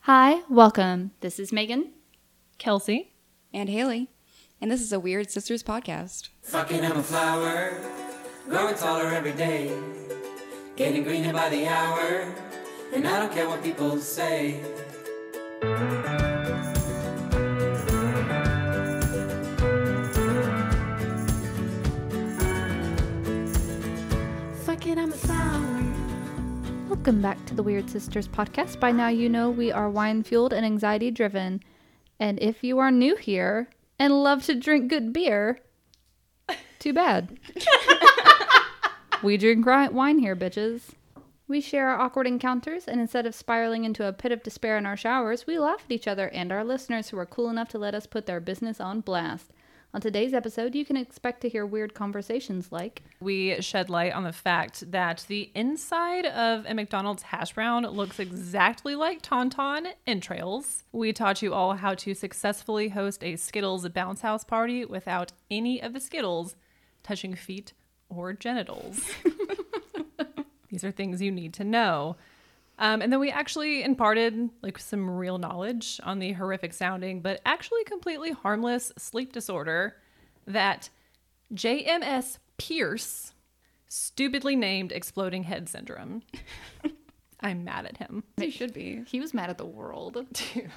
Hi, welcome. This is Megan. Kelsey. and Haley. And this is a Weird Sisters podcast. Fucking I'm a flower, growing taller every day, getting greener by the hour, and I don't care what people say. Fucking I'm a flower. Welcome back to the Weird Sisters podcast. By now, you know we are wine fueled and anxiety driven. And if you are new here and love to drink good beer, too bad. we drink ri- wine here, bitches. We share our awkward encounters, and instead of spiraling into a pit of despair in our showers, we laugh at each other and our listeners who are cool enough to let us put their business on blast. On today's episode, you can expect to hear weird conversations like We shed light on the fact that the inside of a McDonald's hash brown looks exactly like Tauntaun entrails. We taught you all how to successfully host a Skittles bounce house party without any of the Skittles touching feet or genitals. These are things you need to know. Um, and then we actually imparted like some real knowledge on the horrific sounding, but actually completely harmless sleep disorder that JMS Pierce stupidly named exploding head syndrome. I'm mad at him. It should be. He was mad at the world.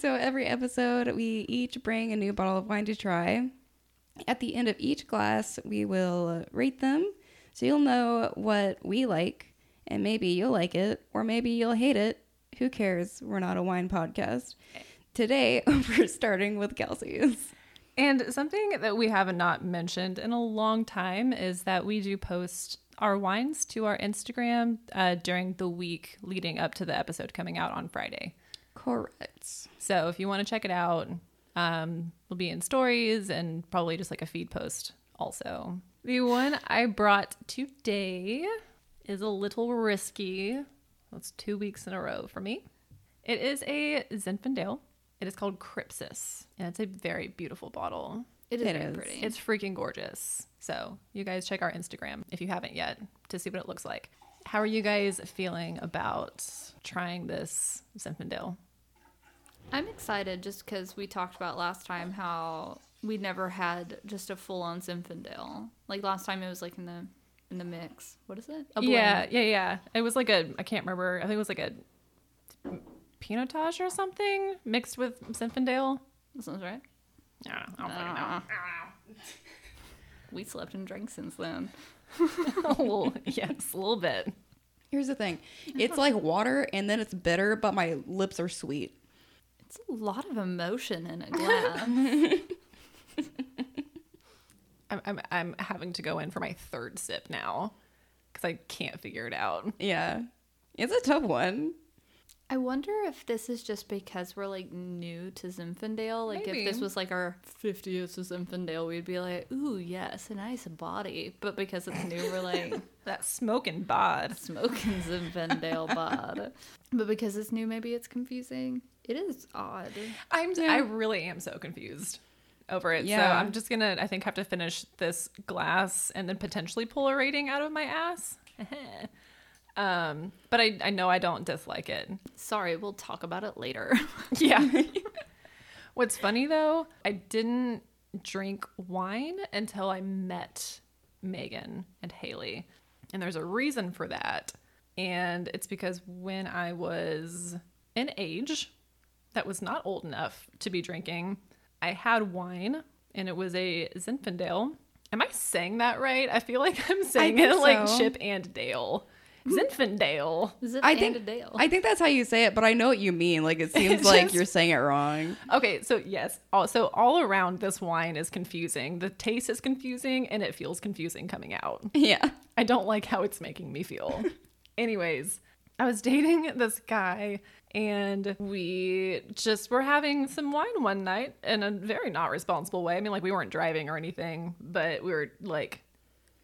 So every episode, we each bring a new bottle of wine to try. At the end of each glass, we will rate them so you'll know what we like, and maybe you'll like it, or maybe you'll hate it. Who cares? We're not a wine podcast. Today, we're starting with Kelsey's. And something that we have not mentioned in a long time is that we do post our wines to our Instagram uh, during the week leading up to the episode coming out on Friday. Correct. So if you want to check it out, um, we'll be in stories and probably just like a feed post also. The one I brought today is a little risky. That's two weeks in a row for me. It is a Zinfandel. It is called Crypsis, and it's a very beautiful bottle. It is It very is. pretty. It's freaking gorgeous. So you guys check our Instagram if you haven't yet to see what it looks like. How are you guys feeling about trying this Zinfandel? I'm excited just because we talked about last time how we never had just a full on Zinfandel. Like last time it was like in the in the mix. What is it? A blend. Yeah, yeah, yeah. It was like a I can't remember. I think it was like a pinotage or something mixed with Zinfandel. That sounds right. I don't know. I don't Ah. we slept and drank since then. fucking know. Oh, yes, a little bit. Here's the thing it's like water, and then it's bitter, but my lips are sweet. It's a lot of emotion in a glass. I'm I'm, I'm having to go in for my third sip now because I can't figure it out. Yeah. It's a tough one. I wonder if this is just because we're like new to Zinfandel. Like Maybe. if this was like our 50th to Zinfandel, we'd be like, ooh, yes, a nice body. But because it's new, we're like, That smoking bod. smoking Zinfandel bod. But because it's new, maybe it's confusing. It is odd. I'm Yeah. I really am so confused over it. So Yeah. I'm just gonna I think have to finish this glass and then potentially pull a rating out of my ass. um, but I I know I don't dislike it. Sorry, we'll talk about it later. Yeah. What's funny though, I didn't drink wine until I met Megan and Haley. And there's a reason for that. And it's because when I was an age that was not old enough to be drinking, I had wine and it was a Zinfandel. Am I saying that right? I feel like I'm saying think it like so. Chip and Dale. Zinfandel. Is it I think- Dale? I think that's how you say it, but I know what you mean. Like it seems It's like just- you're saying it wrong. Okay, so yes, also all around this wine is confusing. The taste is confusing and it feels confusing coming out. Yeah. I don't like how it's making me feel. Anyways, I was dating this guy and we just were having some wine one night in a very not responsible way. I mean, like we weren't driving or anything, but we were like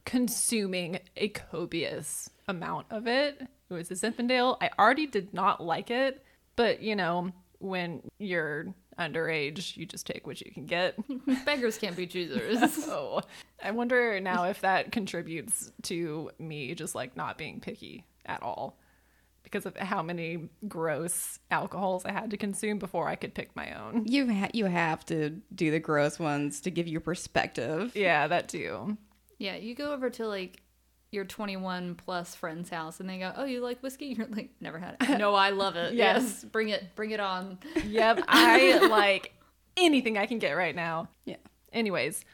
consuming a copious amount of it. It was a Zinfandel. I already did not like it, but you know, when you're underage, you just take what you can get. Beggars can't be choosers. Oh, I wonder now if that contributes to me just like not being picky at all. because of how many gross alcohols I had to consume before I could pick my own. You ha- you have to do the gross ones to give you perspective. Yeah, that too. Yeah, you go over to like your 21 plus friend's house and they go, "Oh, you like whiskey?" You're like, "Never had it." "No, I love it." yes, bring it, bring it on. Yep, I like anything I can get right now. Yeah. Anyways,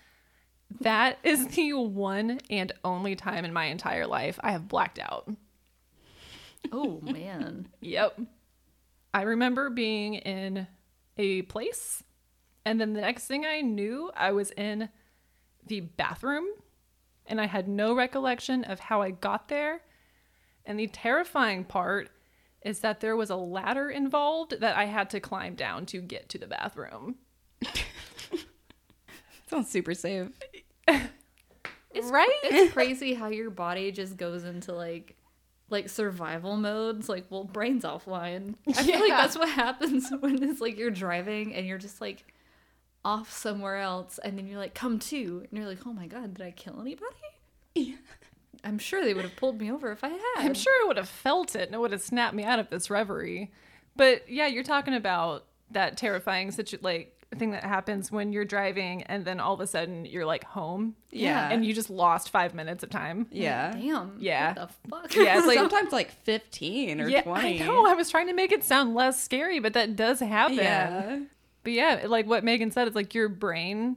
that is the one and only time in my entire life I have blacked out. Oh man. Yep. I remember being in a place, and then the next thing I knew, I was in the bathroom, and I had no recollection of how I got there. And the terrifying part is that there was a ladder involved that I had to climb down to get to the bathroom. Sounds super safe. It's, Right? It's crazy how your body just goes into like like survival modes, like well, brains offline. I feel like Yeah. that's what happens when it's like you're driving and you're just like off somewhere else, and then you're like, "Come to," and you're like, "Oh my god, did I kill anybody?" I'm sure they would have pulled me over if I had. I'm sure I would have felt it and it would have snapped me out of this reverie. But yeah, you're talking about that terrifying situ- like thing that happens when you're driving and then all of a sudden you're like home. Yeah. And you just lost five minutes of time. Yeah. Damn. Yeah. What the fuck? Yeah, it's like Sometimes like 15 or yeah, 20. I know. I was trying to make it sound less scary, but that does happen. Yeah. But yeah, like what Megan said, it's like your brain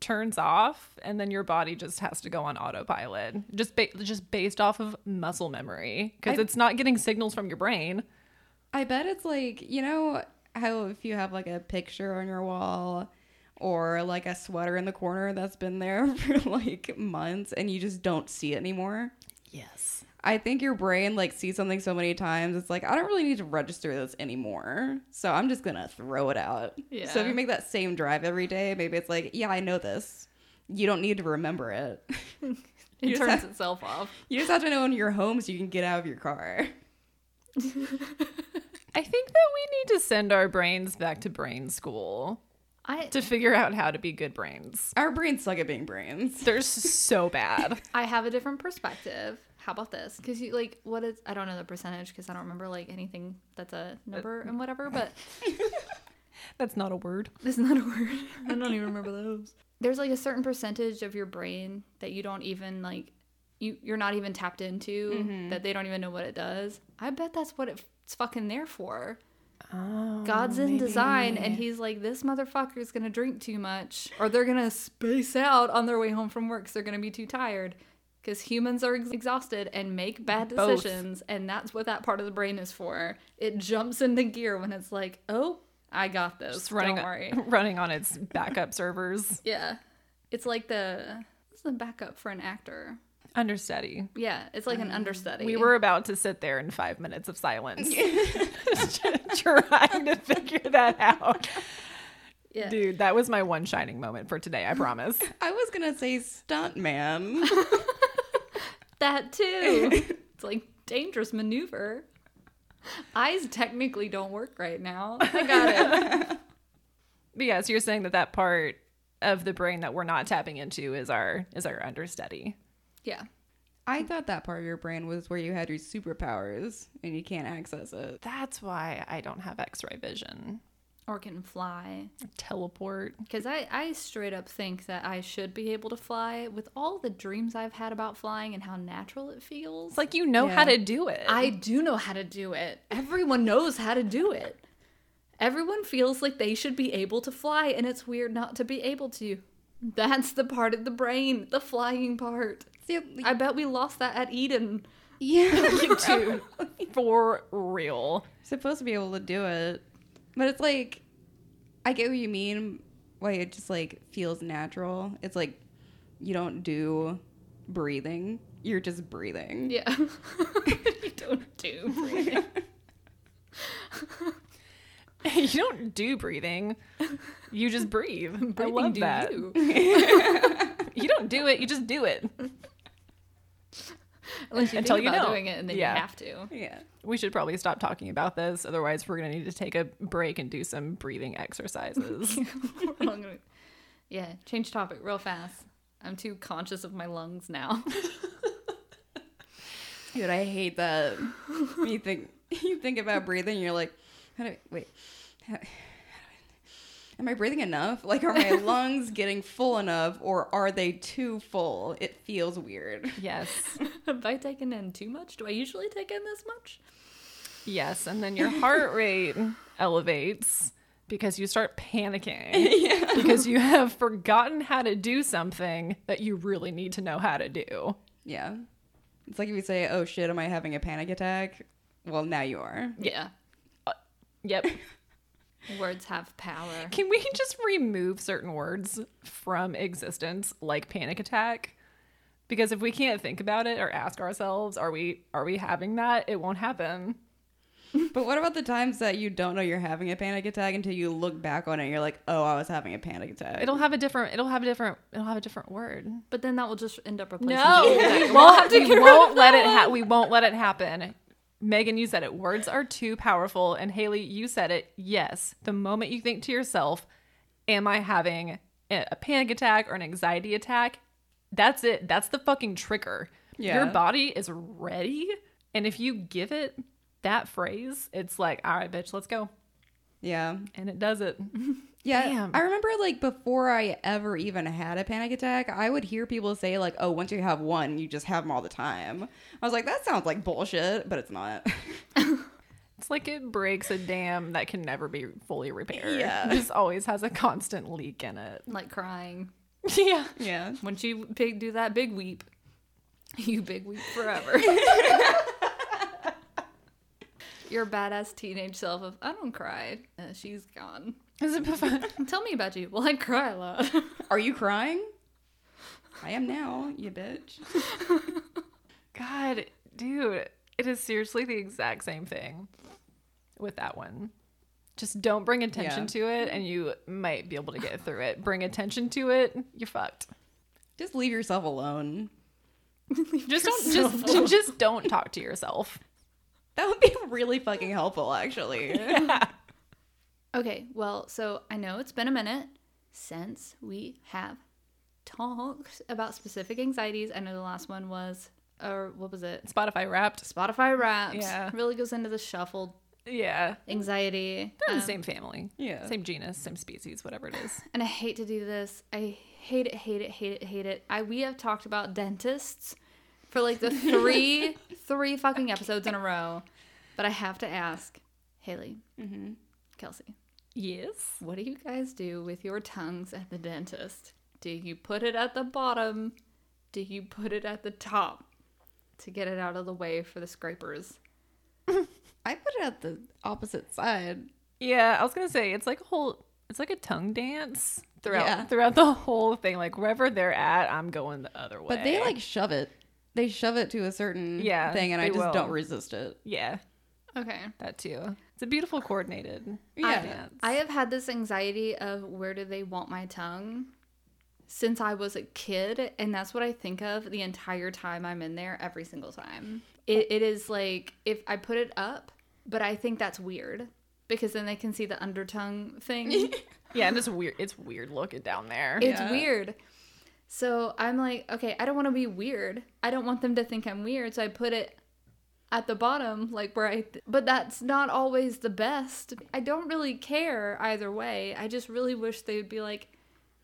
turns off and then your body just has to go on autopilot just ba- just based off of muscle memory because I- it's not getting signals from your brain I bet it's like, you know, how if you have like a picture on your wall or like a sweater in the corner that's been there for like months and you just don't see it anymore. yes I think your brain like sees something so many times, it's like, I don't really need to register this anymore. So I'm just gonna throw it out. So Yeah. if you make that same drive every day, maybe it's like, yeah, I know this. You don't need to remember it. It You just turns have- itself off. you just have to know in your home so you can get out of your car. I think that we need to send our brains back to brain school I to figure out how to be good brains. Our brains suck at being brains. They're so bad. I have a different perspective. How about this? Because you like what is I don't know the percentage because I don't remember like anything that's a number and whatever. But That's not a word. That's not a word. I don't even remember those. There's like a certain percentage of your brain that you don't even like you you're not even tapped into that they don't even know what it does. I bet that's what it- it's fucking there for. God's in design and he's like this motherfucker's going to drink too much or they're going to space out on their way home from work cuz they're going to be too tired cuz humans are ex- exhausted and make bad Both. decisions and that's what that part of the brain is for. It jumps into gear when it's like, "Oh, I got this." It's running, Don't worry. running on its backup servers. Yeah. It's like the it's the backup for an actor. Understudy. Yeah, it's like an understudy. Um, We were about to sit there in five minutes of silence trying to figure that out. yeah. Dude, that was my one shining moment for today, I promise. I was gonna say stunt man. that too. it's like dangerous maneuver. Eyes technically don't work right now. I got it. But yeah, so you're saying that that part of the brain that we're not tapping into is our is our understudy. yeah. I thought that part of your brain was where you had your superpowers and you can't access it. That's why I don't have x-ray vision. Or can fly. Teleport. Because I, I straight up think that I should be able to fly with all the dreams I've had about flying and how natural it feels. It's like you know how Yeah. to do it. I do know how to do it. Everyone knows how to do it. Everyone feels like they should be able to fly, and it's weird not to be able to. That's the part of the brain, the flying part. See, I bet we lost that at Eden. yeah, do for real. supposed to be able to do it, but it's like I get what you mean. Why it just like feels natural. It's like you don't do breathing. You're just breathing. Yeah. you don't do breathing. you don't do breathing. You just breathe. I Breathing love do that. You. you. don't do it. You just do it. Unless you Until think you about don't. doing it and then Yeah. you have to. Yeah. We should probably stop talking about this. Otherwise, we're gonna need to take a break and do some breathing exercises. We're all gonna- yeah, change topic real fast. I'm too conscious of my lungs now. Dude, I hate that. you think you think about breathing, you're like, how do I, wait, how, how do I- am I breathing enough? Like, are my lungs getting full enough, or are they too full? It feels weird. Yes. Have I taken in too much? Do I usually take in this much? Yes. And then your heart rate elevates because you start panicking because you have forgotten how to do something that you really need to know how to do. Yeah, it's like if you say, "Oh shit, am I having a panic attack?" Well, now you are. Yeah. Yep. Words have power. Can we just remove certain words from existence like panic attack? Because if we can't think about it or ask ourselves, are we are we having that? It won't happen. But what about the times that you don't know you're having a panic attack until you look back on it? and You're like, "Oh, I was having a panic attack." It'll have a different it'll have a different it'll have a different word. But then that will just end up replacing. No, we won't, we won't let it ha- we won't let it happen. Megan, you said it. Words are too powerful. And Haley, you said it. Yes. The moment you think to yourself, am I having a a panic attack or an anxiety attack? That's it. That's the fucking trigger. Yeah. Your body is ready. And if you give it that phrase, it's like, all right, bitch, let's go. yeah. And it does it. Yeah, Damn. I remember like before I ever even had a panic attack, I would hear people say like, "Oh, once you have one, you just have them all the time." I was like, "That sounds like bullshit," but it's not. It's like it breaks a dam that can never be fully repaired. Yeah. It just always has a constant leak in it. Like crying. Yeah. yeah, Once you big do that big weep, you big weep forever. Your badass teenage self of I don't cry. Uh, she's gone. Is it Tell me about you. Well, I cry a lot. are you crying? I am now, you bitch. God, dude, it is seriously the exact same thing with that one. Just don't bring attention Yeah. to it, and you might be able to get through it. Bring attention to it, you're fucked. Just leave yourself alone. Just don't, just, just don't talk to yourself. That would be really fucking helpful, actually. okay, well, so I know it's been a minute since we have talked about specific anxieties. I know the last one was, or what was it? Spotify Wrapped, Spotify raps. Yeah. Really goes into the shuffled yeah, anxiety. they're Um, in the same family, yeah. same genus, same species, whatever it is. and I hate to do this. I hate it, hate it, hate it, hate it. I we have talked about dentists for like the three three fucking episodes in a row. But I have to ask, Haley, Kelsey, Yes, what do you guys do with your tongues at the dentist? Do you put it at the bottom? Do you put it at the top to get it out of the way for the scrapers? I put it at the opposite side. yeah. I was gonna say it's like a whole, it's like a tongue dance throughout Yeah. throughout the whole thing. Like wherever they're at, I'm going the other way. But they like shove it. They shove it to a certain Yeah, thing, and I they just will. don't resist it. yeah. Okay. That too. It's a beautiful coordinated Yeah. dance. I have had this anxiety of where do they want my tongue since I was a kid, and that's what I think of the entire time I'm in there, every single time. It, it is like if I put it up, but I think that's weird because then they can see the undertongue thing. yeah, and it's weird. It's weird looking down there. It's Yeah. weird. So I'm like, okay, I don't want to be weird. I don't want them to think I'm weird. So I put it at the bottom, like where I, th- but that's not always the best. I don't really care either way. I just really wish they would be like,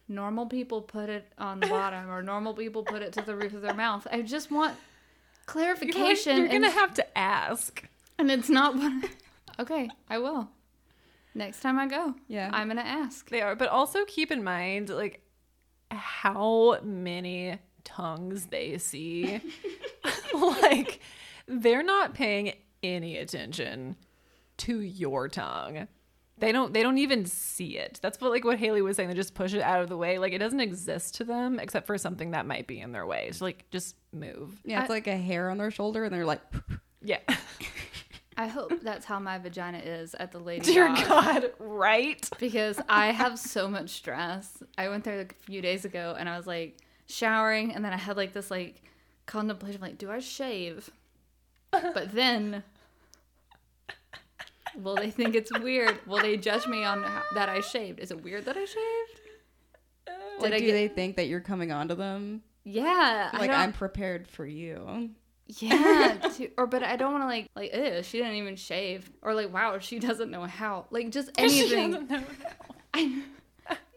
normal people put it on the bottom or normal people put it to the roof of their mouth. I just want you're, like, clarification. you're and, gonna have to ask. and it's not what. okay, I will. Next time I go, Yeah. I'm going to ask. They are, but also keep in mind like how many tongues they see. like they're not paying any attention to your tongue. They don't they don't even see it. That's what like what Haley was saying. They just push it out of the way. Like it doesn't exist to them except for something that might be in their way. So like just move. Yeah, it's like a hair on their shoulder, and they're like, Yeah. I hope that's how my vagina is at the lady. Dear dock. God, right? because I have so much stress. I went there like a few days ago and I was like showering and then I had like this like contemplation like do I shave? But then will they think it's weird? Will they judge me on how, that I shaved? Is it weird that I shaved? Did Oh. like, I do get- they think that you're coming onto them? Yeah, I Like, don't- I'm prepared for you. Yeah, too, or but I don't want to like like ew, she didn't even shave or like wow she doesn't know how like just anything. know. I,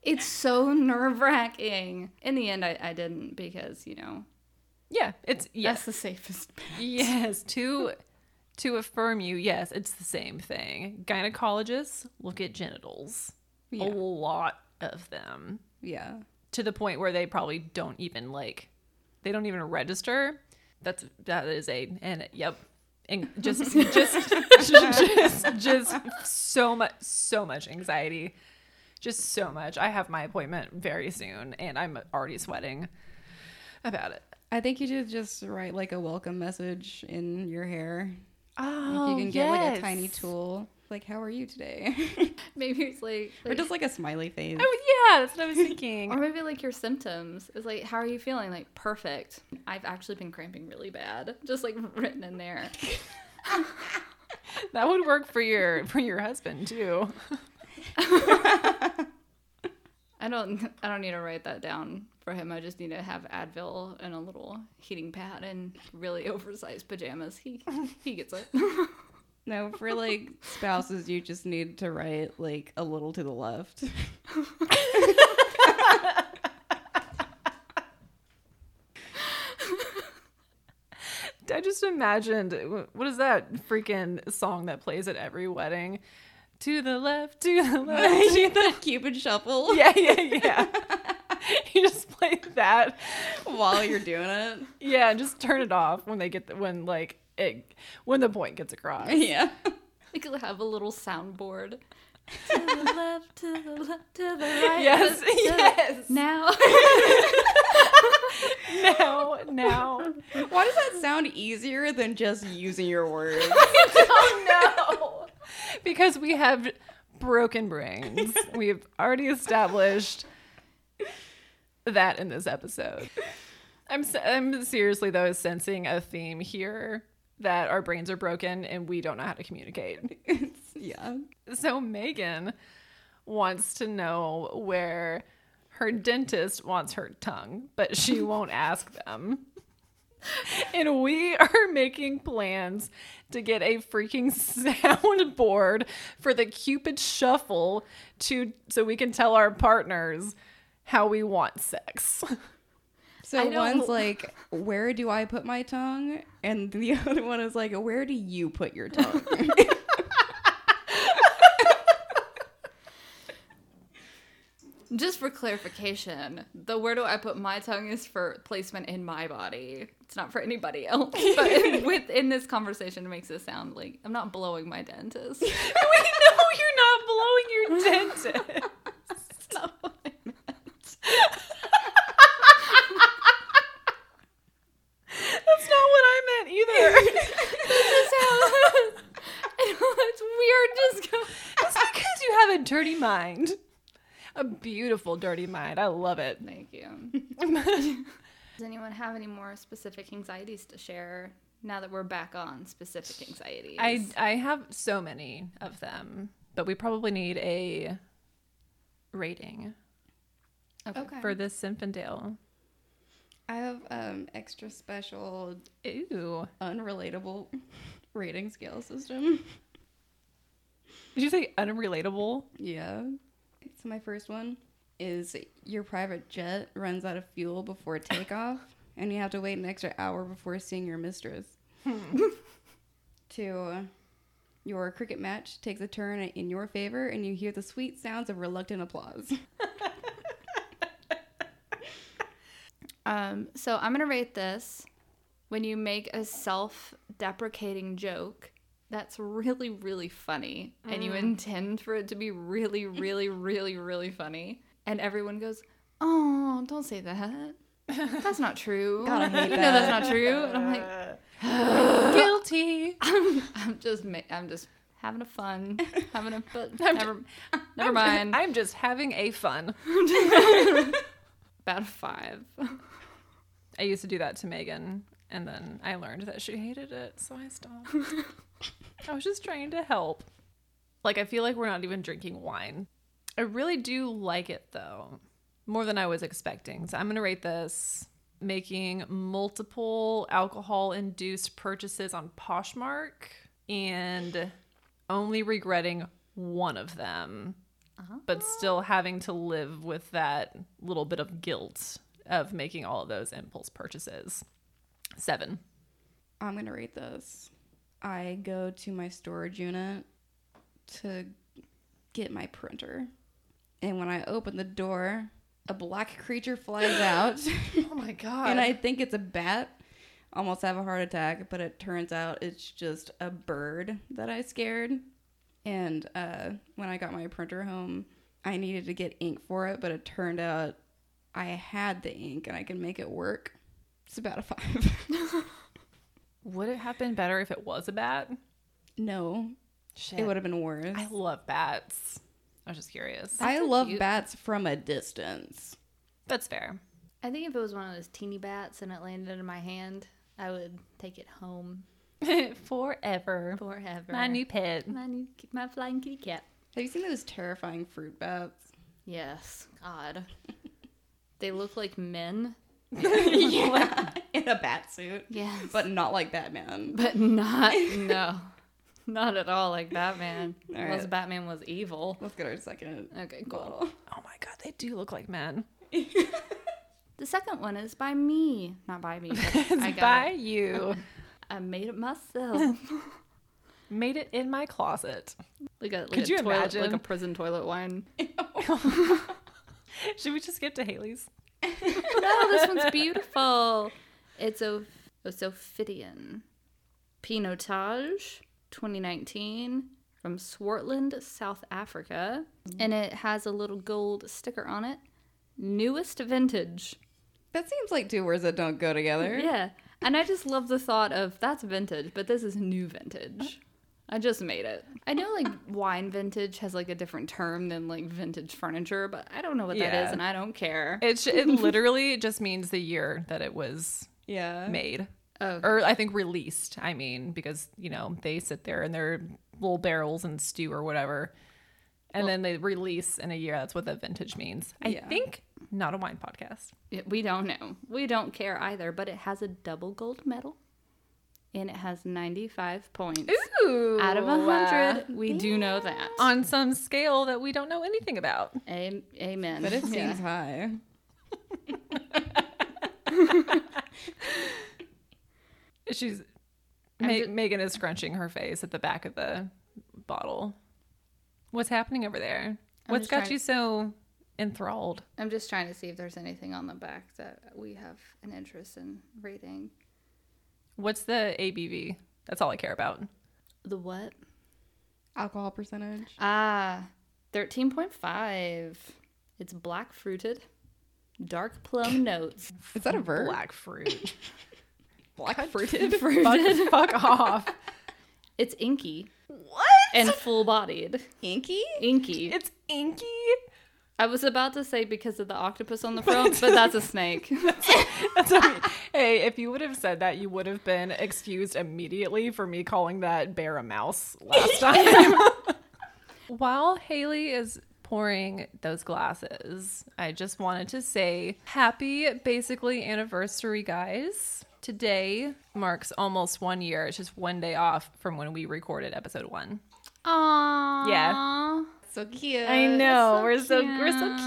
it's so nerve wracking. In the end, I, I didn't because you know Yeah, it's yes, that's the safest. yes. To to affirm you, yes, it's the same thing. Gynecologists look at genitals, Yeah. a lot of them, Yeah. to the point where they probably don't even like, they don't even register. That's that is a and yep, and just just just just so much so much anxiety, just so much. I have my appointment very soon, and I'm already sweating about it. I think you should just write like a welcome message in your hair. Oh, Like you can get like a tiny tool. Like, how are you today? Maybe it's like, or like- just like a smiley face. Oh, yeah, that's what I was thinking. or maybe like your symptoms is like how are you feeling like perfect. I've actually been cramping really bad, just like written in there. that would work for your for your husband too. I don't I don't need to write that down for him. I just need to have Advil and a little heating pad and really oversized pajamas. He he gets it. No, for like spouses, you just need to write like a little to the left. I just imagined what is that freaking song that plays at every wedding? To the left, to the left. you the Cupid shuffle yeah, yeah, yeah. you just play that. while you're doing it. Yeah, just turn it off when they get the, when like it when the point gets across. Yeah. We could have a little soundboard. to the left, to the left, to the right. Yes, to the- yes. Now Now, now. Why does that sound easier than just using your words? no. Because we have broken brains. We've already established that in this episode. I'm, se- I'm seriously, though, sensing a theme here that our brains are broken and we don't know how to communicate. yeah. So, Megan wants to know where her dentist wants her tongue, but she won't ask them. And we are making plans to get a freaking soundboard for the Cupid Shuffle to so we can tell our partners how we want sex. So I don't- one's like, where do I put my tongue? And the other one is like, where do you put your tongue? just for clarification, the where do I put my tongue is for placement in my body. It's not for anybody else. But within this conversation it makes it sound like I'm not blowing my dentist. we know you're not blowing your dentist. That's not what I meant either. it's weird just go It's because you have a dirty mind. A beautiful dirty mind. I love it. Thank you. Does anyone have any more specific anxieties to share now that we're back on specific anxieties? I I have so many of them, but we probably need a rating okay. for this Symphondale. I have um, extra special, Ew. unrelatable rating scale system. Did you say unrelatable? Yeah. So my first one is your private jet runs out of fuel before takeoff, and you have to wait an extra hour before seeing your mistress. Two, your cricket match takes a turn in your favor, and you hear the sweet sounds of reluctant applause. um, so I'm gonna rate this when you make a self-deprecating joke that's really really funny and Mm. you intend for it to be really really really really funny and everyone goes oh don't say that that's not true God, I hate you know that. that's not true and i'm like Guilty. I'm, I'm just ma- I'm just having a fun, having a but never, never mind. I'm just having a fun. About a five. I used to do that to Megan, and then I learned that she hated it, so I stopped. I was just trying to help. Like, I feel like we're not even drinking wine. I really do like it, though, more than I was expecting. So I'm going to rate this making multiple alcohol induced purchases on Poshmark and only regretting one of them, but still having to live with that little bit of guilt of making all of those impulse purchases. Seven. I'm gonna read this. I go to my storage unit to get my printer, and when I open the door, a black creature flies out, Oh my God. and I think it's a bat. Almost have a heart attack, but it turns out it's just a bird that I scared. And uh, when I got my printer home, I needed to get ink for it, but it turned out I had the ink and I can make it work. It's about a five. Would it have been better if it was a bat? no, Shit. It would have been worse. I love bats. I was just curious. I love cute- bats from a distance. That's fair. I think if it was one of those teeny bats and it landed in my hand, I would take it home Forever. forever. My new pet. my, new, my flying kitty cat. Have you seen those terrifying fruit bats? Yes, God. they look like men. yeah, in a bat suit, Yes. but not like Batman. But not no, not at all like Batman. All Unless right. Batman was evil. Let's get our second Okay, cool. bottle. Oh my god, they do look like men. The second one is by me, not by me. but I got By it. you. I made it myself. Made it in my closet. Like a like Could a you toilet, like imagine? a prison toilet wine. Should we just skip to Haley's? no, Oh, this one's beautiful. It's a Ophidian Pinotage 2019 from Swartland, South Africa. And it has a little gold sticker on it. Newest vintage. That seems like two words that don't go together. Yeah. And I just love the thought of that's vintage, but this is new vintage. I just made it. I know like wine vintage has like a different term than like vintage furniture, but I don't know what that Yeah. is and I don't care. It sh- it literally just means the year that it was Yeah. made. Oh. Or I think released. I mean, because, you know, they sit there in their little barrels and stew or whatever. And then they release in a year. That's what the vintage means. I Yeah. think not a wine podcast. Yeah, We don't know. We don't care either, but it has a double gold medal and it has 95 points. Ooh. Out of 100, we do know that. on some scale that we don't know anything about. Am- Amen. But it seems Yeah. high. She's I'm Ma- ju- Megan is scrunching her face at the back of the bottle. What's happening over there? I'm What's just got trying- you so enthralled? I'm just trying to see if there's anything on the back that we have an interest in reading. What's the ABV? That's all I care about. The what? Alcohol percentage. Ah, 13.5. It's black fruited, dark plum notes. Is that a verb? Black fruit. Black fruited. fuck, fuck off. It's inky What? and full bodied. Inky? Inky. It's inky. I was about to say because of the octopus on the front, but that's a snake. That's okay. hey, if you would have said that, you would have been excused immediately for me calling that bear a mouse last time. While Haley is pouring those glasses, I just wanted to say happy, basically, anniversary, guys. Today marks almost one year. It's just one day off from when we recorded episode one. Aww. Yeah. So cute. I know. so we're Uh, so we're so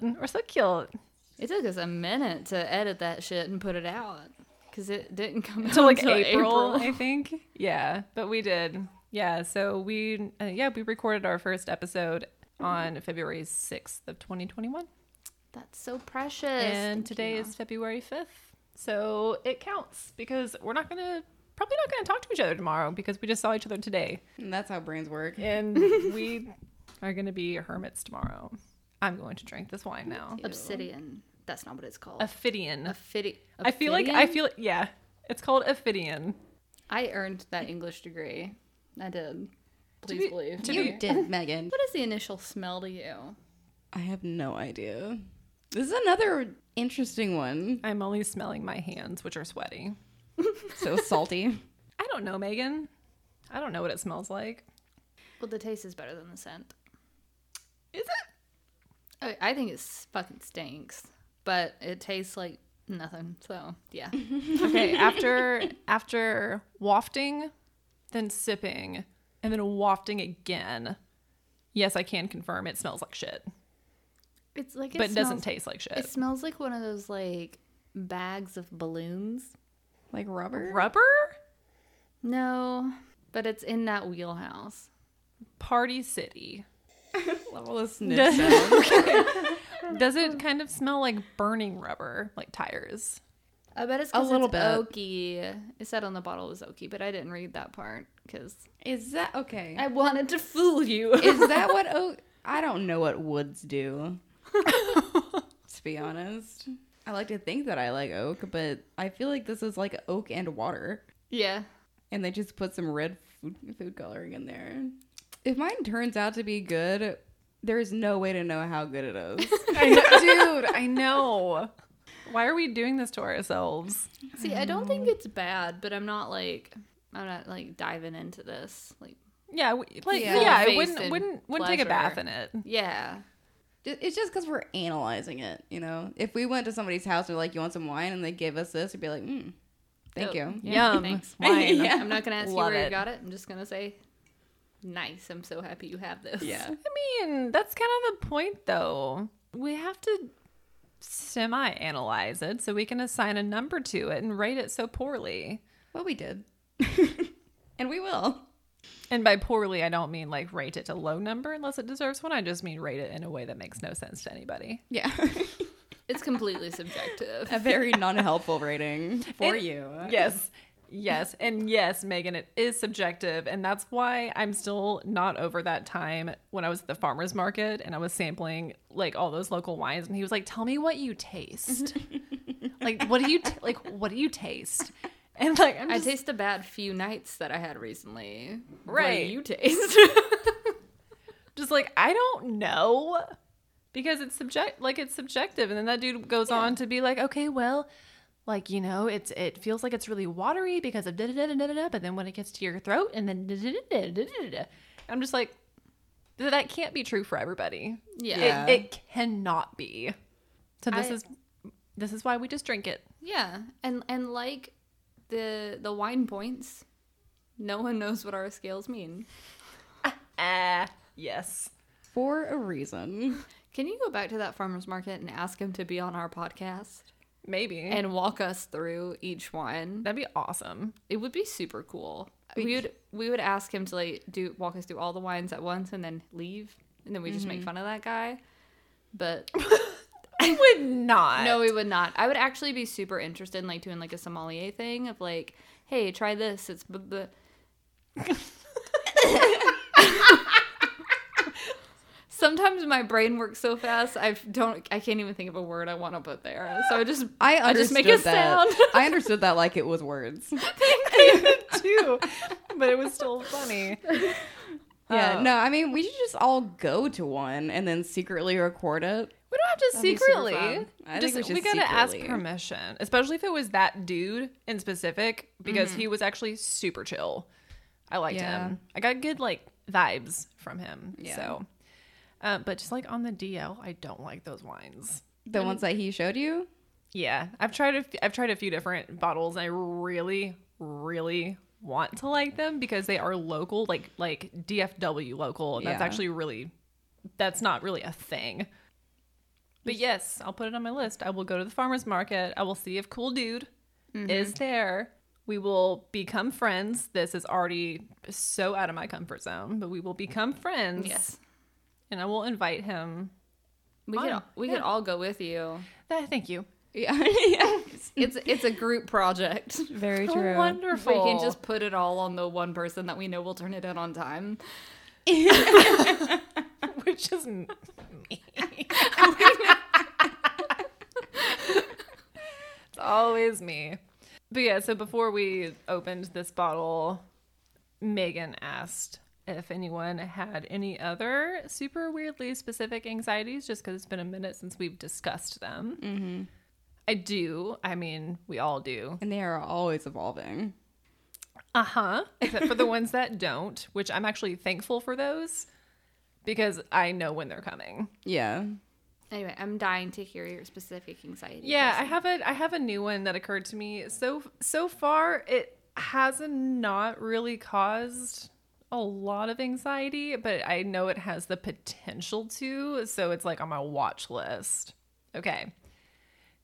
cute. We're so cute. It took us a minute to edit that shit and put it out because it didn't come till until like April, I think. Yeah, but we did. Yeah, so we uh, yeah we recorded our first episode on February sixth of 2021, That's so precious. and Thank today you. is February fifth. So it counts because we're not gonna probably not gonna talk to each other tomorrow because we just saw each other today, And that's how brains work. and we are gonna be hermits tomorrow. I'm going to drink this wine now. Obsidian. That's not what it's called. Ophidian. Ophidi- I feel like I Ophidian? feel yeah. It's called Ophidian. I earned that English degree. I did. Please be- believe. to You- be- did, Megan. what is the initial smell to you? I have no idea. This is another interesting one. I'm only smelling my hands, which are sweaty. So salty. I don't know, Megan. I don't know what it smells like. Well, the taste is better than the scent. Oh, Is it? I, I think it s- fucking stinks, but it tastes like Nothing. So, yeah. Okay, after after wafting, then sipping, and then wafting again. Yes, I can confirm it smells like shit, It's like but it doesn't taste like shit. It smells like one of those like bags of balloons. Like rubber? Rubber No, but it's in that wheelhouse. Party City. Level of sniff sound. Does it kind of smell like burning rubber, like tires? I bet it's A 'cause little it's bit. oaky. It said on the bottle it was oaky, but I didn't read that part because Is that okay? I wanted to fool you. Is that what oak? I don't know what woods do. to be honest, I like to think that I like oak, but I feel like this is like oak and water, yeah. and they just put some red food, food coloring in there. If mine turns out to be good, there is no way to know how good it is. Dude, I know. Why are we doing this to ourselves? See, I don't think it's bad, but I'm not like I'm not like diving into this. Like, Yeah, we, like Yeah. yeah, Full-faced I wouldn't in wouldn't wouldn't take a bath in pleasure. it. yeah, Ju- it's just because we're analyzing it, you know. If we went to somebody's house and we're like, "You want some wine?" and they gave us this, we'd be like, mm, "Thank Oh, you." yeah, Yum. Thanks. Wine. Yeah. I'm not gonna ask Love you where it. you got it. I'm just gonna say, nice. I'm so happy you have this. Yeah. I mean, that's kind of the point, though. We have to semi analyze it so we can assign a number to it and rate it so poorly. Well, we did, and we will. And by poorly, I don't mean like rate it a low number unless it deserves one. I just mean rate it in a way that makes no sense to anybody. Yeah. It's completely subjective. a very non-helpful rating for It- you. Yes. Yes. And yes, Megan, it is subjective. And that's why I'm still not over that time when I was at the farmer's market and I was sampling like all those local wines. And he was like, tell me what you taste. like, what do you, t- like, what do you taste? And like, I'm I just, taste a bad few nights that I had recently. What do Right. you taste. just like, I don't know because it's subject, like it's subjective. And then that dude goes on to be like, okay, well, like, you know, it's, it feels like it's really watery because of da da da da da da. But then when it gets to your throat and then da da da da da da, I'm just like, th- that can't be true for everybody. yeah. Yeah. It, it cannot be. So this I- is, this is why we just drink it. Yeah, and and like the the wine points, no one knows what our scales mean. Ah, yes. For a reason. Can you go back to that farmer's market and ask him to be on our podcast Maybe. And and walk us through each one? that'd be awesome. It would be super cool. We would we would ask him to like do walk us through all the wines at once and then leave, and then we just make fun of that guy. But I would not. no, we would not. I would actually be super interested in like doing like a sommelier thing of like, hey, try this. It's b- b- Sometimes my brain works so fast, I don't, I can't even think of a word I want to put there. So I just, I I understood just make a that. sound. I understood that like it was words. too. But it was still funny. Yeah. Oh. No, I mean we should just all go to one and then secretly record it. We don't have to be super secretly. fun. I Just think we we, should gotta ask secretly. permission, especially if it was that dude in specific, because he was actually super chill. I liked Mm-hmm. Yeah. him. I got good like vibes from him. Yeah. So, uh, but just like on the DL, I don't like those wines. The ones that he showed you. Yeah, I've tried a f- I've tried a few different bottles. And I really, really want to like them because they are local, like like DFW local, and that's Yeah. actually really that's not really a thing. But yes, I'll put it on my list. I will go to the farmers market. I will see if cool dude Mm-hmm. is there. We will become friends. This is already so out of my comfort zone, but we will become friends. yes, and I will invite him. we could, Fine. we could all go with you. Th- Thank you. Yeah. yes. It's, it's a group project. Very Oh, true. We Wonderful. can just put it all on the one person that we know will turn it in on time. which is me. it's always me. But yeah, so before we opened this bottle, Megan asked if anyone had any other super weirdly specific anxieties, just because it's been a minute since we've discussed them. Mm-hmm. I do. I mean, we all do. And they are always evolving. Uh huh. Except for the ones that don't, which I'm actually thankful for those because I know when they're coming. Yeah. Anyway, I'm dying to hear your specific anxiety. Yeah, I question. have a I have a new one that occurred to me. So so far it has not really caused a lot of anxiety, but I know it has the potential to, so it's like on my watch list. Okay.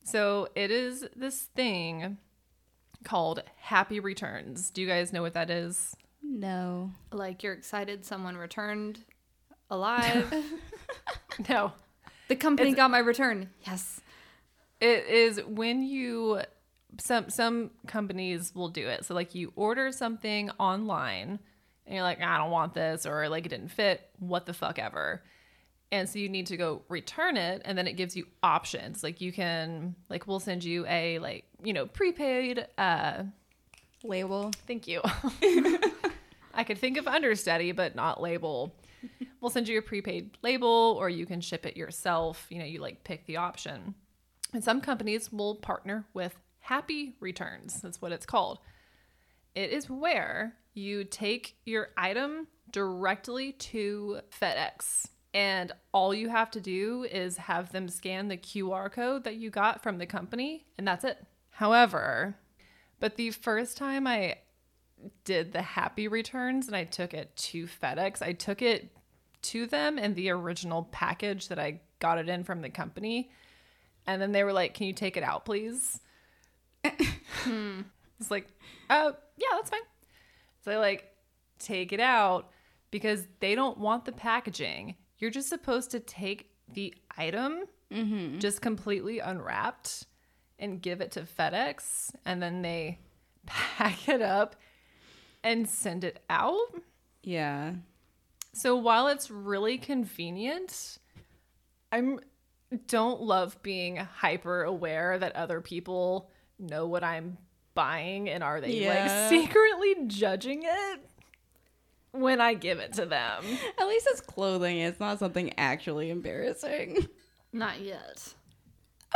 So it is this thing called happy returns. Do you guys know what that is? No. like you're excited someone returned alive. No. the company got my return. Yes. It is when you some some companies will do it. So like you order something online and you're like, I don't want this or like it didn't fit, what the fuck ever. And so you need to go return it and then it gives you options. Like you can like we'll send you a like, you know, prepaid uh Label. Thank you. I could think of understudy, but not label. We'll send you a prepaid label or you can ship it yourself. You know, you like pick the option. And some companies will partner with Happy Returns. That's what it's called. It is where you take your item directly to FedEx. And all you have to do is have them scan the QR code that you got from the company, and that's it. However, but the first time I did the happy returns and I took it to FedEx, I took it to them in the original package that I got it in from the company. And then they were like, Can you take it out, please? Hmm. It's like, Oh, yeah, that's fine. So I like take it out because they don't want the packaging. You're just supposed to take the item just completely unwrapped and give it to FedEx and then they pack it up and send it out. Yeah. So while it's really convenient, I'm don't love being hyper aware that other people know what I'm buying and are they Yeah. like secretly judging it when I give it to them. At least it's clothing. It's not something actually embarrassing. Not yet.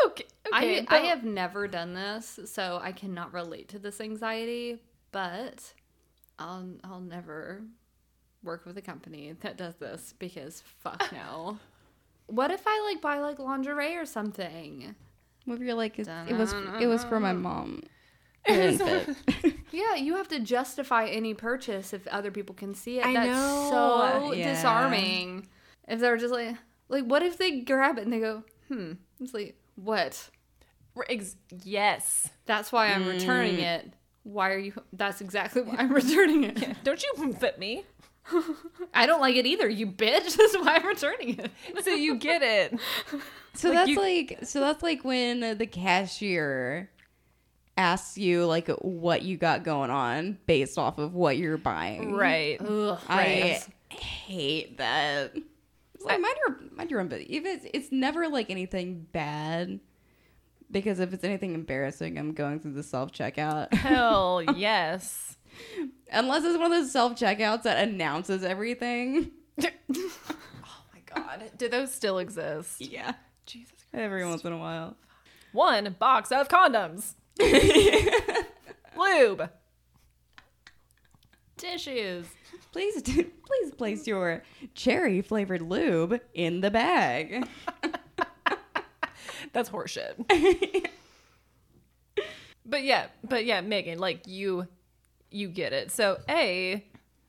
Okay. okay I, I but- have never done this, so I cannot relate to this anxiety, but I'll I'll never work with a company that does this because fuck no. What if I like buy like lingerie or something? Maybe you're like, it's, it was it was for my mom. It didn't fit. Yeah, you have to justify any purchase if other people can see it. I That's know. so Yeah. disarming. If they're just like like what if they grab it and they go, "Hmm." It's like, "What?" ex- yes. That's why I'm returning Mm. it. Why are you? That's exactly why I'm returning it. Don't you fit me. I don't like it either, you bitch. That's why I'm returning it. So you get it. So Like, that's you- like so that's like when the cashier asks you like what you got going on based off of what you're buying. Right. Ugh, I hate that. It's like mind your mind your own business. If it's it's never like anything bad, because if it's anything embarrassing, I'm going through the self checkout. Hell yes. Unless it's one of those self checkouts that announces everything. Oh my god. Do those still exist? Yeah, Jesus Christ. every once in a while. One box of condoms. Lube. tissues. Please do, please place your cherry flavored lube in the bag. That's horseshit. but yeah, but yeah, Megan, like you you get it. So A,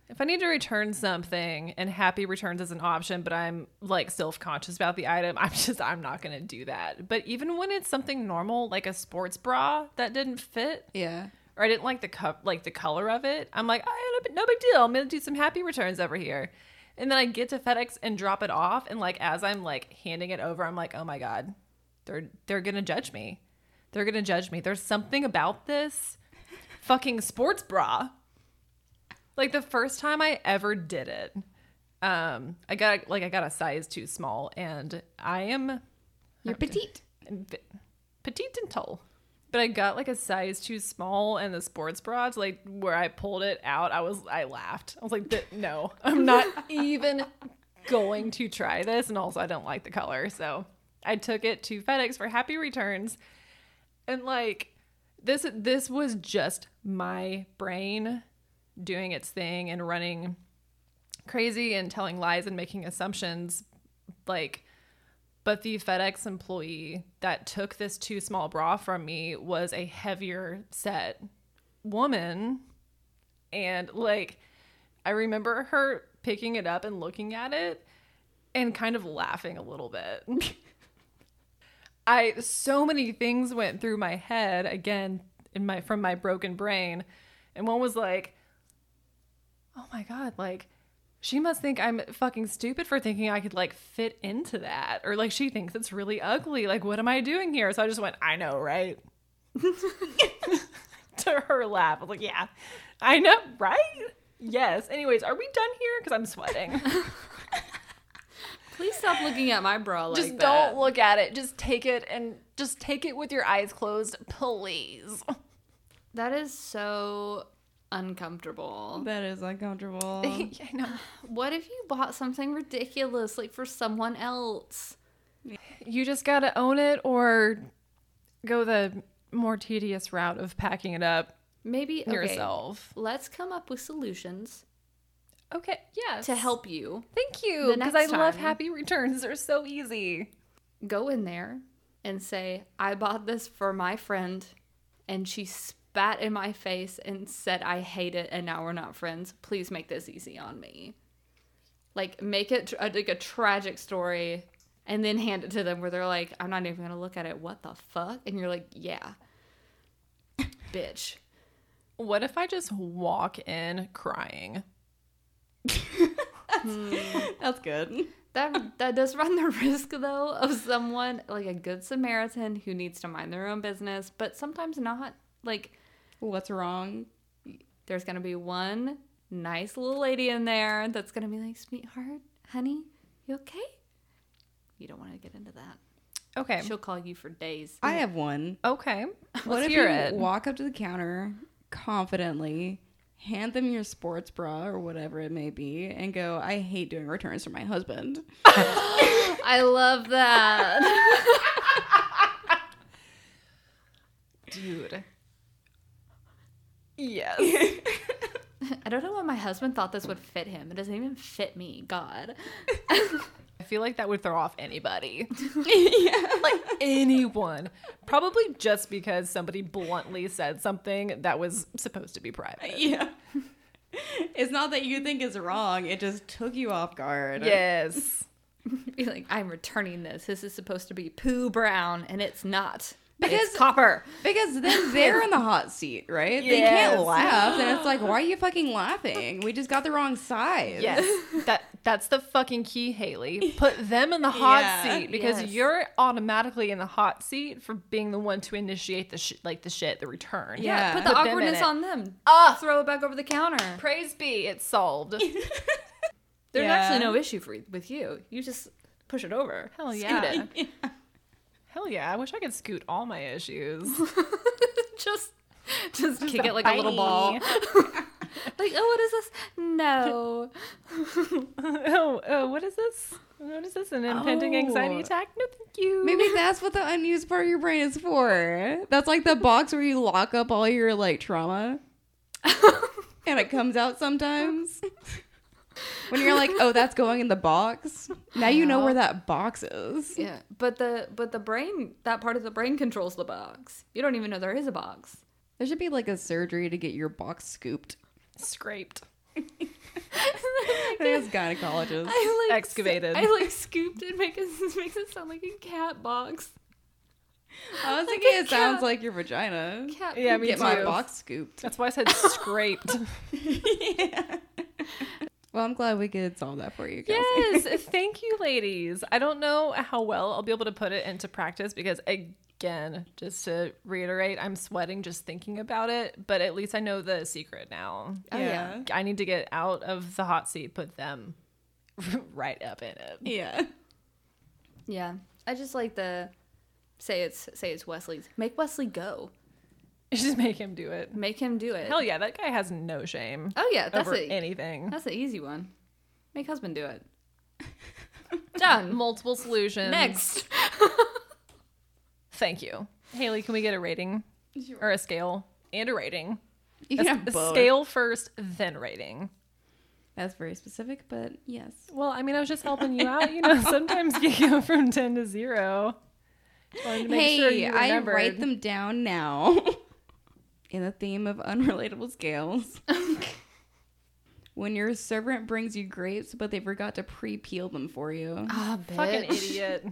if I need to return something and happy returns is an option, but I'm like self conscious about the item, I'm just I'm not gonna do that. But even when it's something normal, like a sports bra that didn't fit, Yeah. or I didn't like the cup, like the color of it. I'm like, oh, no, no big deal. I'm gonna do some happy returns over here, and then I get to FedEx and drop it off. And like as I'm like handing it over, I'm like, oh my god, they're they're gonna judge me. They're gonna judge me. There's something about this fucking sports bra. Like the first time I ever did it, um, I got like I got a size too small, and I am You're petite. and bit- petite and tall. But I got like a size too small, and the sports bras, like where I pulled it out, I was I laughed. I was like, "Th- "No, I'm not even going to try this." And also, I don't like the color, so I took it to FedEx for happy returns. And like this, this was just my brain doing its thing and running crazy and telling lies and making assumptions, like But the FedEx employee that took this too small bra from me was a heavier set woman. And like, I remember her picking it up and looking at it and kind of laughing a little bit. I so many things went through my head again in my from my broken brain. And one was like, "Oh my god, like she must think I'm fucking stupid for thinking I could like fit into that or like she thinks it's really ugly. Like what am I doing here?" So I just went, "I know, right?" to her laugh. I was like, "Yeah. I know, right?" Yes. Anyways, are we done here cuz I'm sweating? Please stop looking at my bra like just that. don't look at it. Just take it and just take it with your eyes closed, please. That is so uncomfortable. That is uncomfortable. yeah, no. What if you bought something ridiculous like for someone else? You just gotta own it or go the more tedious route of packing it up Maybe okay, yourself. Let's come up with solutions Okay, yes. to help you. Thank you. The Because I next love time. happy returns. They're so easy. Go in there and say, "I bought this for my friend and she spat in my face and said I hate it and now we're not friends. Please make this easy on me." Like make it tr- uh, like a tragic story and then hand it to them where they're like, "I'm not even going to look at it. What the fuck?" And you're like, "Yeah." Bitch. What if I just walk in crying? That's good. That that does run the risk though of someone like a good Samaritan who needs to mind their own business, but sometimes not. Like What's wrong? there's gonna be one nice little lady in there that's gonna be like, "Sweetheart, honey, you okay?" You don't want to get into that. Okay. She'll call you for days. I have one. Okay. Let's what if hear you it. walk up to the counter confidently, hand them your sports bra or whatever it may be, and go, "I hate doing returns for my husband." I love that. Dude. Yes. I don't know why my husband thought this would fit him. It doesn't even fit me. God. I feel like that would throw off anybody. Like anyone. Probably just because somebody bluntly said something that was supposed to be private. yeah. It's not that you think it's wrong; it just took you off guard. Yes. Be like, I'm returning this. This is supposed to be poo brown, and it's not. Because- it's copper. Because then they're in the hot seat, right? They Yes. can't laugh, and it's like, why are you fucking laughing? We just got the wrong size. Yes. that that's the fucking key, Haley. Put them in the hot Yeah. seat because Yes. you're automatically in the hot seat for being the one to initiate the sh- like the shit, the return. Yeah. Yeah, put the Put them in awkwardness it. on them. Ah. Throw it back over the counter. Praise be, it's solved. There's Yeah. actually no issue for, with you. You just push it over. Hell Scoot yeah. it. Hell yeah. I wish I could scoot all my issues. just just, kick a it like a little bite. ball. like, oh, what is this? No. oh, oh, what is this? What is this? An impending anxiety Oh. attack? No, thank you. Maybe that's what the unused part of your brain is for. That's like the box where you lock up all your like trauma. and it comes out sometimes. when you're like, oh, that's going in the box. Now you know where that box is. Yeah, but the but the brain that part of the brain controls the box. You don't even know there is a box. There should be like a surgery to get your box scooped. scraped. I think it's gynecologist. I like Excavated. I like scooped it. Make it makes it sound like a cat box. I was thinking a it sounds cat. like your vagina. Cat. Yeah, me Get too. my box scooped. That's why I said scraped. Well, I'm glad we could solve that for you. Kelsey. yes, thank you, ladies. I don't know how well I'll be able to put it into practice because, again, just to reiterate, I'm sweating just thinking about it. But at least I know the secret now. Oh, yeah. I need to get out of the hot seat, put them right up in it. Yeah. Yeah, I just like the say it's say it's Wesley's. Make Wesley go. Just make him do it. Make him do it. Hell yeah, that guy has no shame Oh yeah, that's over it. anything. That's the easy one. Make husband do it. Done. Multiple solutions. Next. Thank you. Haley, can we get a rating? Or a scale? And a rating. You A, can have a both. scale first, then rating. That's very specific, but yes. Well, I mean, I was just helping you out. You know, sometimes you go from 10 to 0. Wanted to make hey, sure you I remembered. write them down now. In the theme of unrelatable scales. when your servant brings you grapes, but they forgot to pre peel them for you. Ah, Fucking idiot.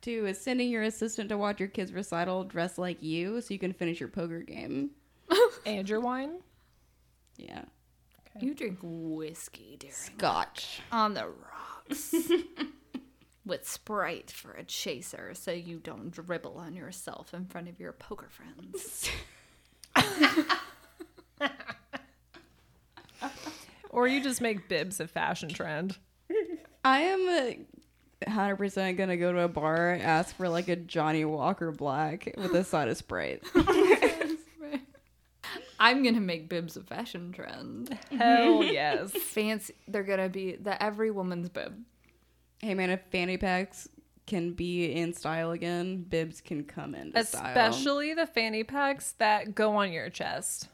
Two is sending your assistant to watch your kids' recital dressed like you so you can finish your poker game. and your wine. Yeah. You drink whiskey during Scotch. on the rocks with Sprite for a chaser, so you don't dribble on yourself in front of your poker friends. Or you just make bibs a fashion trend. I am uh, 100% gonna go to a bar, ask for like a Johnny Walker Black with a side of Sprite. I'm gonna make bibs a fashion trend. Hell yes. Fancy, they're gonna be the every woman's bib. hey man, if fanny packs can be in style again, bibs can come in. Style. Especially the fanny packs that go on your chest.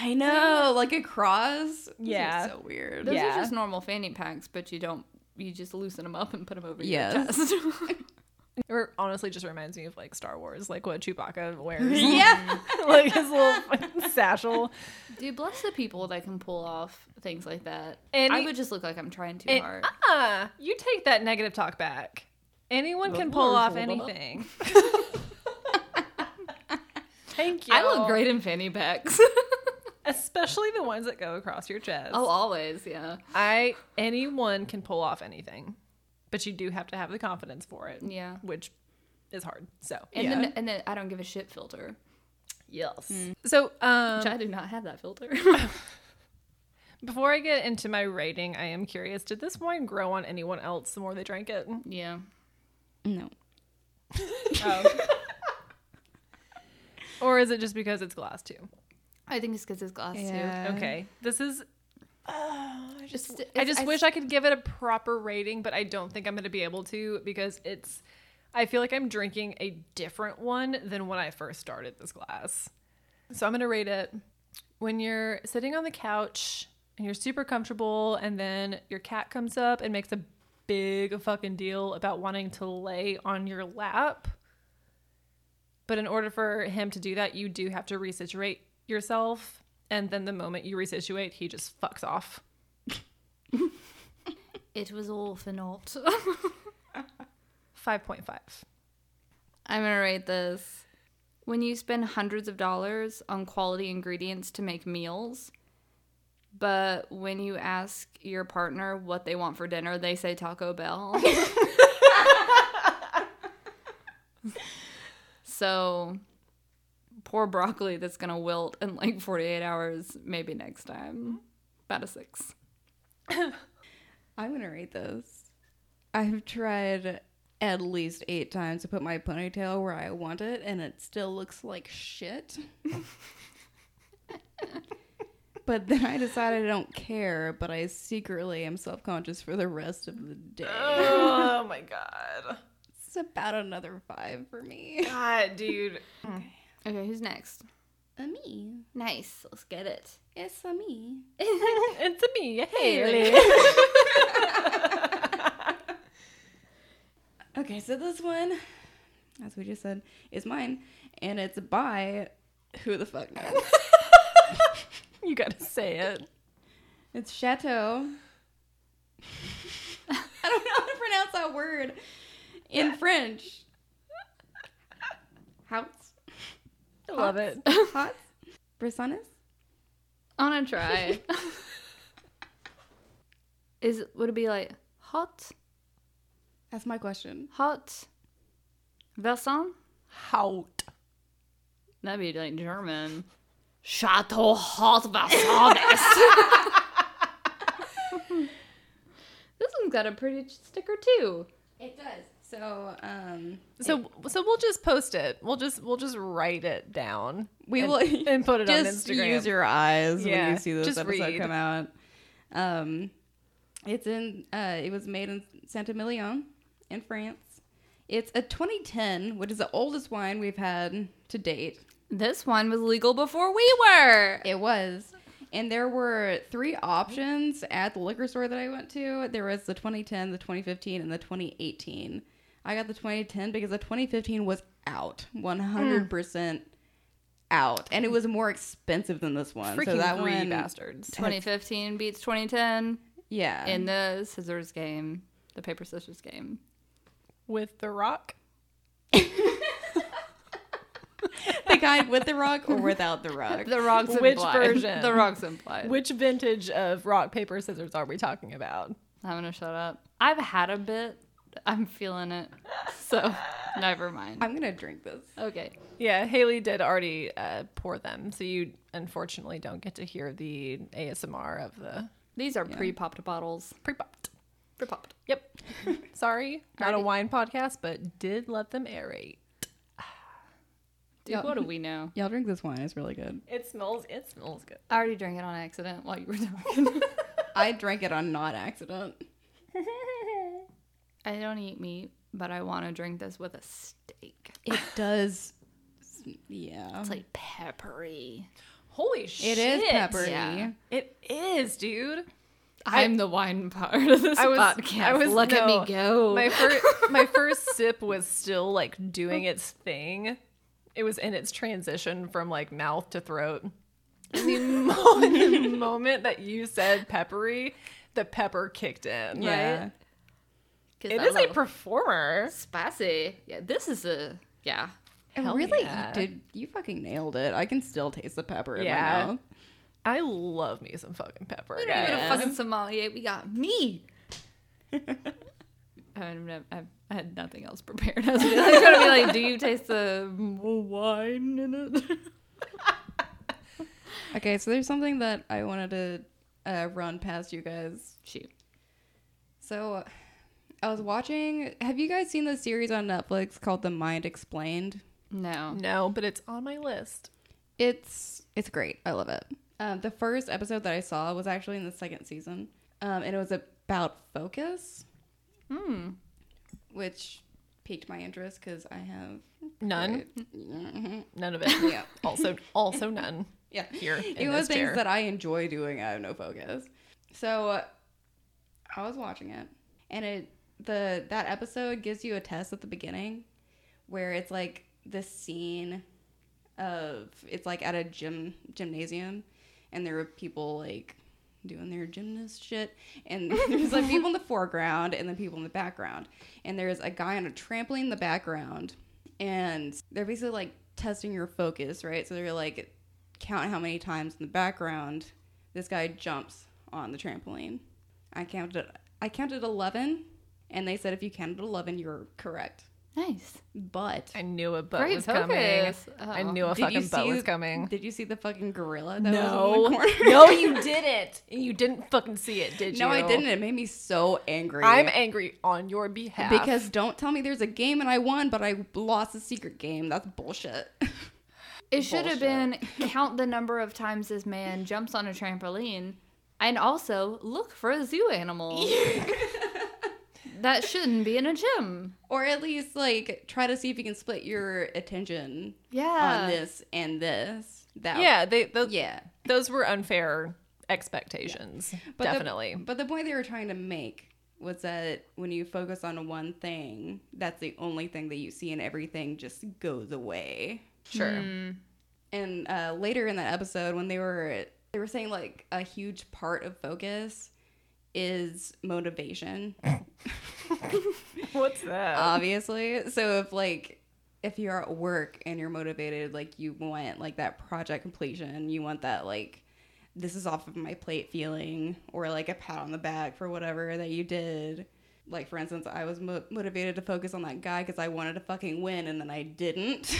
I know, like a cross. This is Yeah. so weird. Those Yeah. are just normal fanny packs, but you don't. You just loosen them up and put them over Yes. your chest. It re- honestly just reminds me of like Star Wars, like what Chewbacca wears. Yeah. like his little satchel. Dude, bless the people that can pull off things like that. Any- I would just look like I'm trying too And- hard. ah, you take that negative talk back. Anyone can pull off anything. Thank you. I look great in fanny packs. especially the ones that go across your chest. oh, always, yeah. I anyone can pull off anything, but you do have to have the confidence for it. Yeah. which is hard. So And Yeah. then and then I don't give a shit filter. yes. So um, Which I do not have that filter. before I get into my rating, I am curious: Did this wine grow on anyone else the more they drank it? yeah. No. Or is it just because it's glass too? I think it's because it's glass too. Okay, this is. Oh, I just, It's- I it's- just I- wish I could give it a proper rating, but I don't think I'm going to be able to because it's. I feel like I'm drinking a different one than when I first started this glass. So I'm going to rate it when you're sitting on the couch and you're super comfortable, and then your cat comes up and makes a big fucking deal about wanting to lay on your lap. But in order for him to do that, you do have to resituate yourself. And then the moment you resituate, he just fucks off. It was all for naught. 5.5. I'm gonna rate this. When you spend hundreds of dollars on quality ingredients to make meals, but when you ask your partner what they want for dinner, they say Taco Bell. so poor broccoli that's gonna wilt in like 48 hours, maybe next time. About a six. I'm gonna rate those. I've tried at least eight times to put my ponytail where I want it, and it still looks like shit. but then I decided I don't care, but I secretly am self conscious for the rest of the day. Oh my God. It's about another five for me. God, dude. Okay, who's next? A me. Nice. Let's get it. It's a me. it's a me. Haley. Okay, so this one, as we just said, is mine, and it's by who the fuck knows. You got to say it. It's chateau. I don't know how to pronounce that word in French. House. I love it. Hots. Brissanes. I'm gonna try. Is would it be like hot, That's my question. hot, Versan? Hout. That'd be like German. Chateau hot Versanes. this one's got a pretty sticker too. It does. So, um, So so we'll just post it. We'll just we'll just write it down we and, will and put it just on Instagram. use your eyes when Yeah, you see this just episode read. come out. Um, it's in. Uh, it was made in Saint Emilion, in France. It's a 2010, which is the oldest wine we've had to date. This one was legal before we were. It was. And there were three options at the liquor store that I went to. There was the 2010, the 2015, and the 2018. I got the 2010 because the 2015 was out, 100% out, and it was more expensive than this one. Freaking so that greedy one, bastards. 2015 beats 2010 yeah, in the scissors game, the paper scissors game. With The Rock. the guy with the rock or without the rock. The rocks Which implied. version? The rocks implied. Which vintage of rock, paper, scissors are we talking about? I'm gonna shut up. I've had a bit. I'm feeling it. So never mind. I'm gonna drink this. Okay. Yeah, Haley did already uh, pour them, so you unfortunately don't get to hear the ASMR of the These are pre-popped bottles. pre-popped. Pre-popped. Yep. Sorry, not a wine podcast, but did let them aerate. Dude, Yeah. what do we know? Y'all drink this wine; it's really good. It smells. It smells good. I already drank it on accident while you were talking. I drank it on not accident. I don't eat meat, but I want to drink this with a steak. It does, yeah. It's like peppery. Holy shit! It is peppery. yeah. It is, dude. I'm the wine part of this I was. podcast. I was. Look no, at me go. My first. my first sip was still like doing its thing. It was in its transition from like mouth to throat. And the moment, the moment that you said peppery, the pepper kicked in. Yeah. Right? 'Cause It I is a love performer. spicy. Yeah, this is a yeah. And Hell really, yeah. you did. You fucking nailed it. I can still taste the pepper Yeah. in my mouth. I love me some fucking pepper. We don't even guys. have fucking sommelier. We got me. I'm, not- I'm, I had nothing else prepared. I was really trying to be like, do you taste the wine in it? Okay, so there's something that I wanted to uh, run past you guys. Shoot. So I was watching. Have you guys seen the series on Netflix called The Mind Explained? No. No, but it's on my list. It's it's great. I love it. Um, the first episode that I saw was actually in the second season, um, and it was about focus, Hmm. which piqued my interest because I have None. Mhm. None of it. Yeah. Also, also none. yeah Here in it was this things chair. that I enjoy doing. I have no focus. So uh, I was watching it, and it the that episode gives you a test at the beginning, where it's like this scene of it's like at a gym gymnasium, and there are people like doing their gymnast shit, and there's like people in the foreground and then people in the background, and there's a guy on a trampoline in the background, and they're basically like testing your focus, right? So they're like count how many times in the background this guy jumps on the trampoline. I counted I counted 11 and they said if you counted 11 you're correct. Nice. But I knew a butt Great was coming. focus. I Oh. knew a Did you fucking butt see- was coming. did you see the fucking gorilla that was in No, the corner? no, you didn't. You didn't fucking see it, did you? No, I didn't. It made me so angry. I'm angry on your behalf because don't tell me there's a game and I won, but I lost a secret game. That's bullshit. It should have been count the number of times this man jumps on a trampoline and also look for a zoo animal. that shouldn't be in a gym. or at least like try to see if you can split your attention Yeah. on this and this. That yeah, they those, yeah. those were unfair expectations. But the- Definitely. but the point they were trying to make was that when you focus on one thing, that's the only thing that you see, and everything just goes away. sure. And uh, later in that episode, when they were they were saying like a huge part of focus is motivation, What's that? obviously. So if like if you're at work and you're motivated, like you want like that project completion, you want that like this is off of my plate feeling or like a pat on the back for whatever that you did. Like for instance, I was mo- motivated to focus on that guy cuz I wanted to fucking win and then I didn't.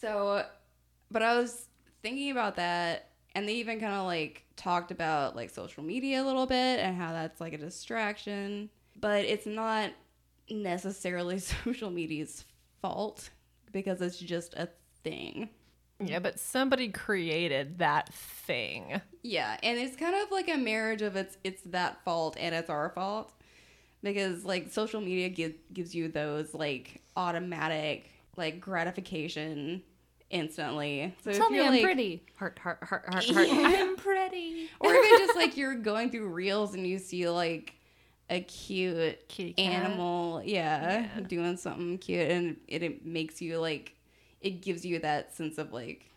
so but I was thinking about that and they even kind of like talked about like social media a little bit and how that's like a distraction, but it's not necessarily social media's fault because it's just a thing. yeah, but somebody created that thing. Yeah, and it's kind of like a marriage of it's it's that fault and it's our fault because like social media gives gives you those like automatic like gratification instantly. So Tell if me you're I'm like, pretty. Heart, heart, heart, heart, heart. I'm pretty. or even just like you're going through reels and you see like a cute Kitty cat. animal, yeah, doing something cute, and it, it makes you like it gives you that sense of like,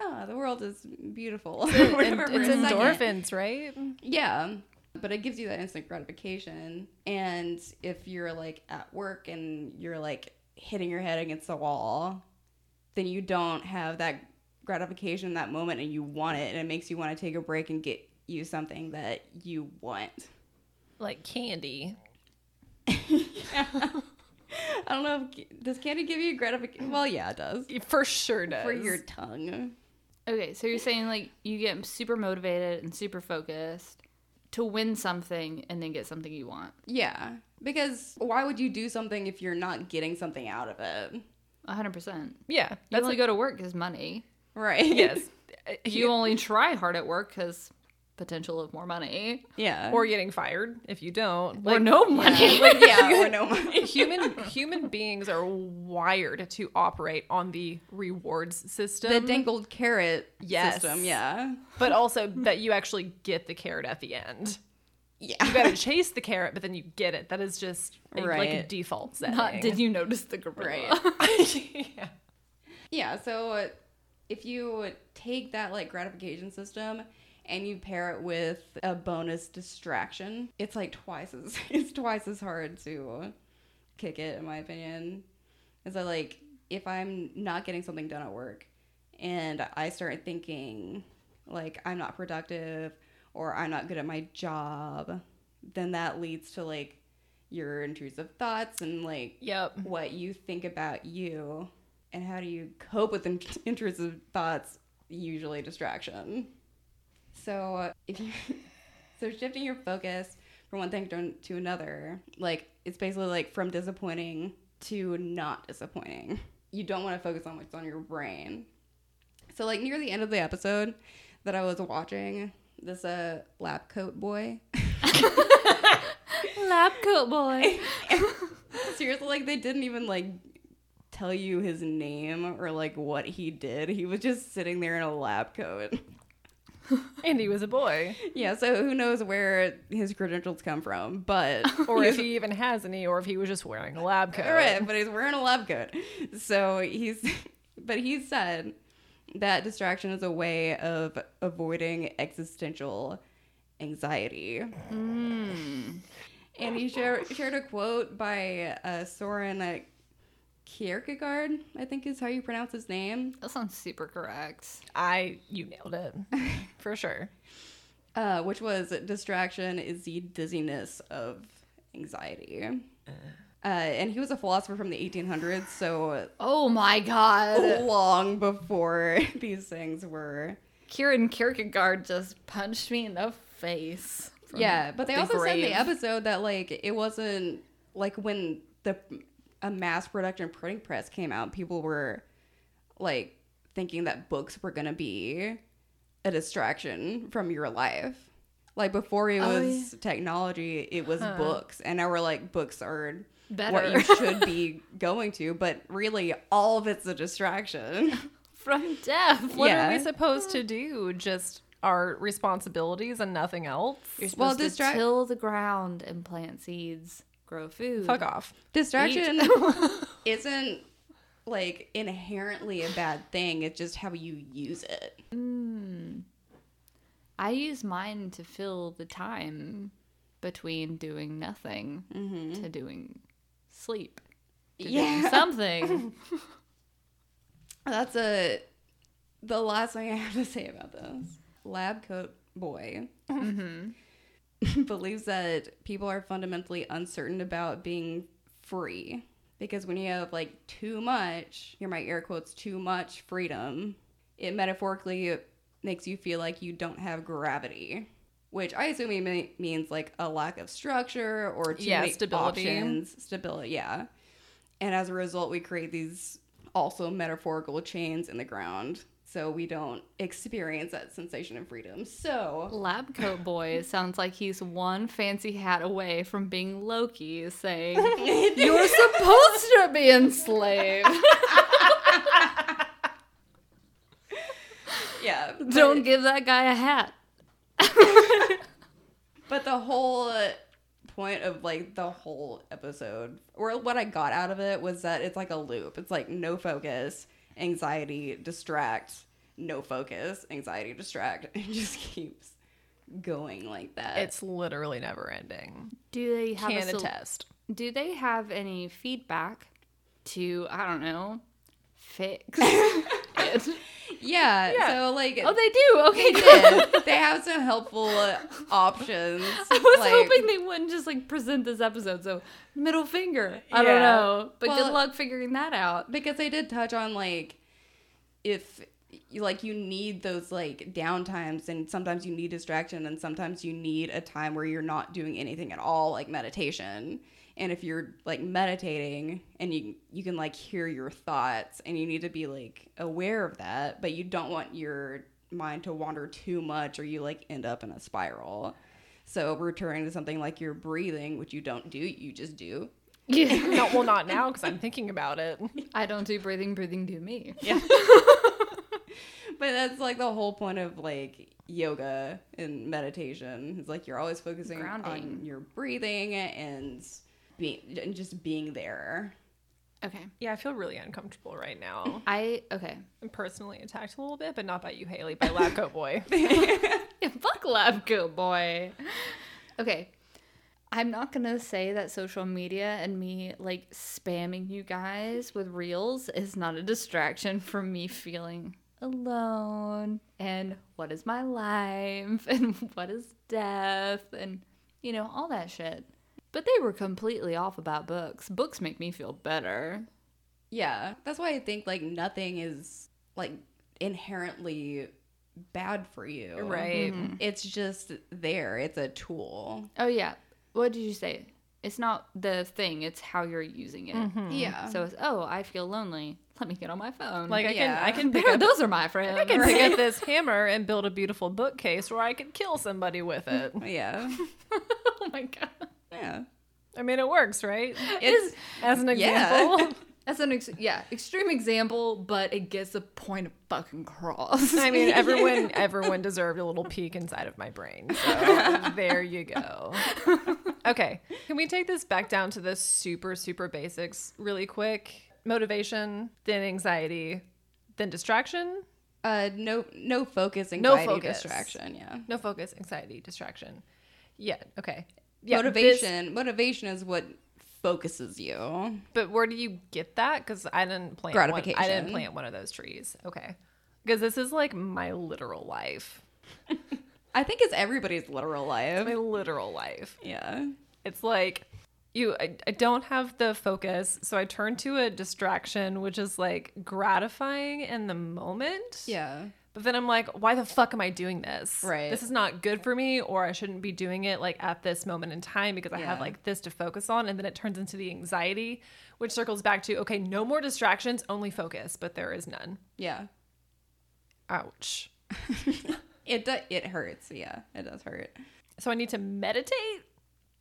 oh, the world is beautiful. or whatever for it's a second. endorphins, right? Yeah. But it gives you that instant gratification. And if you're like at work and you're like hitting your head against the wall, then you don't have that gratification in that moment and you want it. And it makes you want to take a break and get you something that you want. Like candy. I don't know if does candy give you gratification? Well, yeah, it does. It for sure does. For your tongue. Okay, so you're saying like you get super motivated and super focused to win something and then get something you want. Yeah. Because why would you do something if you're not getting something out of it? 100%. You yeah, That's that's only like go to work is money. Right. yes. You only try hard at work cuz potential of more money Yeah. or getting fired if you don't. or Like, no money. yeah, like, yeah, or no money. human human beings are wired to operate on the rewards system. the dangled carrot Yes. system. Yeah. but also that you actually get the carrot at the end. You Yeah. gotta chase the carrot, but then you get it. That is just a, like a Right. default setting. Not, did you notice the gorilla? Right. yeah. yeah. So uh, if you take that like gratification system and you pair it with a bonus distraction, it's like twice as it's twice as hard to kick it, in my opinion. And so like if I'm not getting something done at work and I start thinking like I'm not productive or I'm not good at my job, then that leads to like your intrusive thoughts and like Yep. what you think about you and how do you cope with in- intrusive thoughts usually distraction so uh, if you so shifting your focus from one thing to, to another like it's basically like from disappointing to not disappointing you don't want to focus on what's on your brain so like near the end of the episode that i was watching this uh lab coat boy Lab coat boy. Seriously, like they didn't even like tell you his name or like what he did. He was just sitting there in a lab coat. And he was a boy. Yeah, so who knows where his credentials come from, but Or if he even has any, or if he was just wearing a lab coat. All right, but he's wearing a lab coat. So he's but he said that distraction is a way of avoiding existential anxiety. Hmm. And he share, shared a quote by uh, Soren uh, Kierkegaard, I think is how you pronounce his name. That sounds super correct. I you nailed it. For sure. uh, which was distraction is the dizziness of anxiety. Uh, and he was a philosopher from the 1800s, so Oh my god. long before these things were. Kieran Kierkegaard just punched me in the face. from yeah, but they the also said in grave. the episode that like it wasn't like when the a mass production printing press came out, people were like thinking that books were gonna be a distraction from your life. Like before it Oh, was technology, it was books, and now we're like books are Better. what you should be going to, but really all of it's a distraction. from death. What are Yeah. we supposed to do? Just our responsibilities and nothing else? You're supposed Well, to distra- till the ground and plant seeds, grow food. Fuck off. Distraction isn't like inherently a bad thing. It's just how you use it. I use mine to fill the time between doing nothing to doing sleep. To doing Yeah. something. That's a the last thing I have to say about this. Lab coat boy Mm-hmm. believes that people are fundamentally uncertain about being free because when you have like too much, here my air quotes too much freedom, it metaphorically makes you feel like you don't have gravity, which I assume he me- means like a lack of structure or too Yeah, many stability. options, stability, yeah. And as a result, we create these also metaphorical chains in the ground. So we don't experience that sensation of freedom. So, Lab coat boy sounds like he's one fancy hat away from being Loki saying, You're supposed to be enslaved. Don't give that guy a hat. But the whole point of like the whole episode, or what I got out of it, was that it's like a loop. It's like no focus, anxiety, distract, no focus, anxiety, distract. It just keeps going like that. It's literally never ending. Do they have Can a sol- attest. Do they have any feedback to I don't know fix? it? yeah, So like Oh, they do. Okay, they good. did. they have some helpful uh, options. I was like- hoping they wouldn't just like present this episode. So middle finger. I Yeah. don't know, but Well- good luck figuring that out. because they did touch on like if you like you need those like downtimes and sometimes you need distraction and sometimes you need a time where you're not doing anything at all like meditation and if you're like meditating and you you can like hear your thoughts and you need to be like aware of that but you don't want your mind to wander too much or you like end up in a spiral so returning to something like your breathing which you don't do you just do no, well, not now because I'm thinking about it. I don't do breathing. Breathing do me. But that's like the whole point of like yoga and meditation. It's like you're always focusing on Grounding. your breathing and being and just being there. Okay, Yeah, I feel really uncomfortable right now. I okay. I'm personally attacked a little bit, but not by you, Haley, by Lab Coat Boy. Fuck Labco, boy. Okay. I'm not going to say that social media and me like spamming you guys with reels is not a distraction from me feeling alone and what is my life and what is death and you know all that shit. But they were completely off about books. Books make me feel better. Yeah. That's why I think like nothing is like inherently bad for you. right. It's just there. It's a tool. Oh yeah. What did you say? It's not the thing, it's how you're using it. Mm-hmm. Yeah. So it's oh, I feel lonely. Let me get on my phone. Like I Yeah. can, I can pick There- up, those are my friends. I can pick up this hammer and build a beautiful bookcase where I could kill somebody with it. yeah. oh my god. Yeah. I mean, it works, right? It's As an Yeah. example, That's an ex- yeah extreme example, but it gets the point fucking cross. I mean, everyone, everyone deserved a little peek inside of my brain. So there you go. Okay, can we take this back down to the super, super basics really quick? Motivation, then anxiety, then distraction. uh no no focus No anxiety focus. distraction, yeah. No focus, anxiety, distraction. Yeah. Okay. Yeah, this- motivation motivation is what focuses you. But where do you get that? Because I didn't plant One, I Gratification. didn't plant one of those trees. Okay. Because this is like my literal life. I think it's everybody's literal life. My literal life. Yeah. It's like you. I, I don't have the focus, so I turn to a distraction, which is like gratifying in the moment. Yeah. But then I'm like, why the fuck am I doing this? Right. This is not good for me, or I shouldn't be doing it like at this moment in time because I have Yeah. like this to focus on. And then it turns into the anxiety, which circles back to, okay, no more distractions, only focus, but there is none. Yeah. Ouch. It do- it hurts. Yeah, it does hurt. So I need to meditate.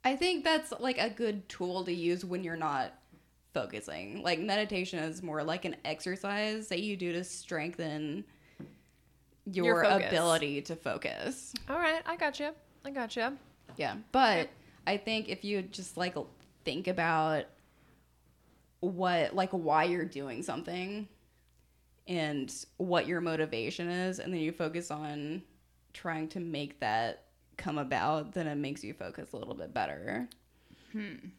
I think that's like a good tool to use when you're not focusing. Like meditation is more like an exercise that you do to strengthen your, focus. ability to focus. All right, I got you. I got you. Yeah. But I think if you just like think about what like why you're doing something and what your motivation is and then you focus on trying to make that come about, then it makes you focus a little bit better.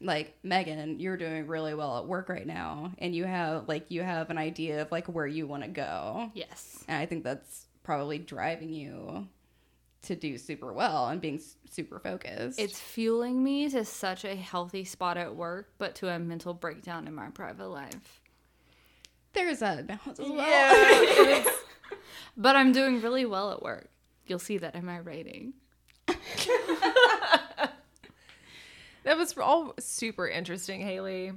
Like Megan, you're doing really well at work right now and you have like you have an idea of like where you want to go. yes. And I think that's probably driving you to do super well and being s- super focused. It's fueling me to such a healthy spot at work, but to a mental breakdown in my private life. there's a balance as well. But I'm doing really well at work. You'll see that in my rating. That was all super interesting, Haley.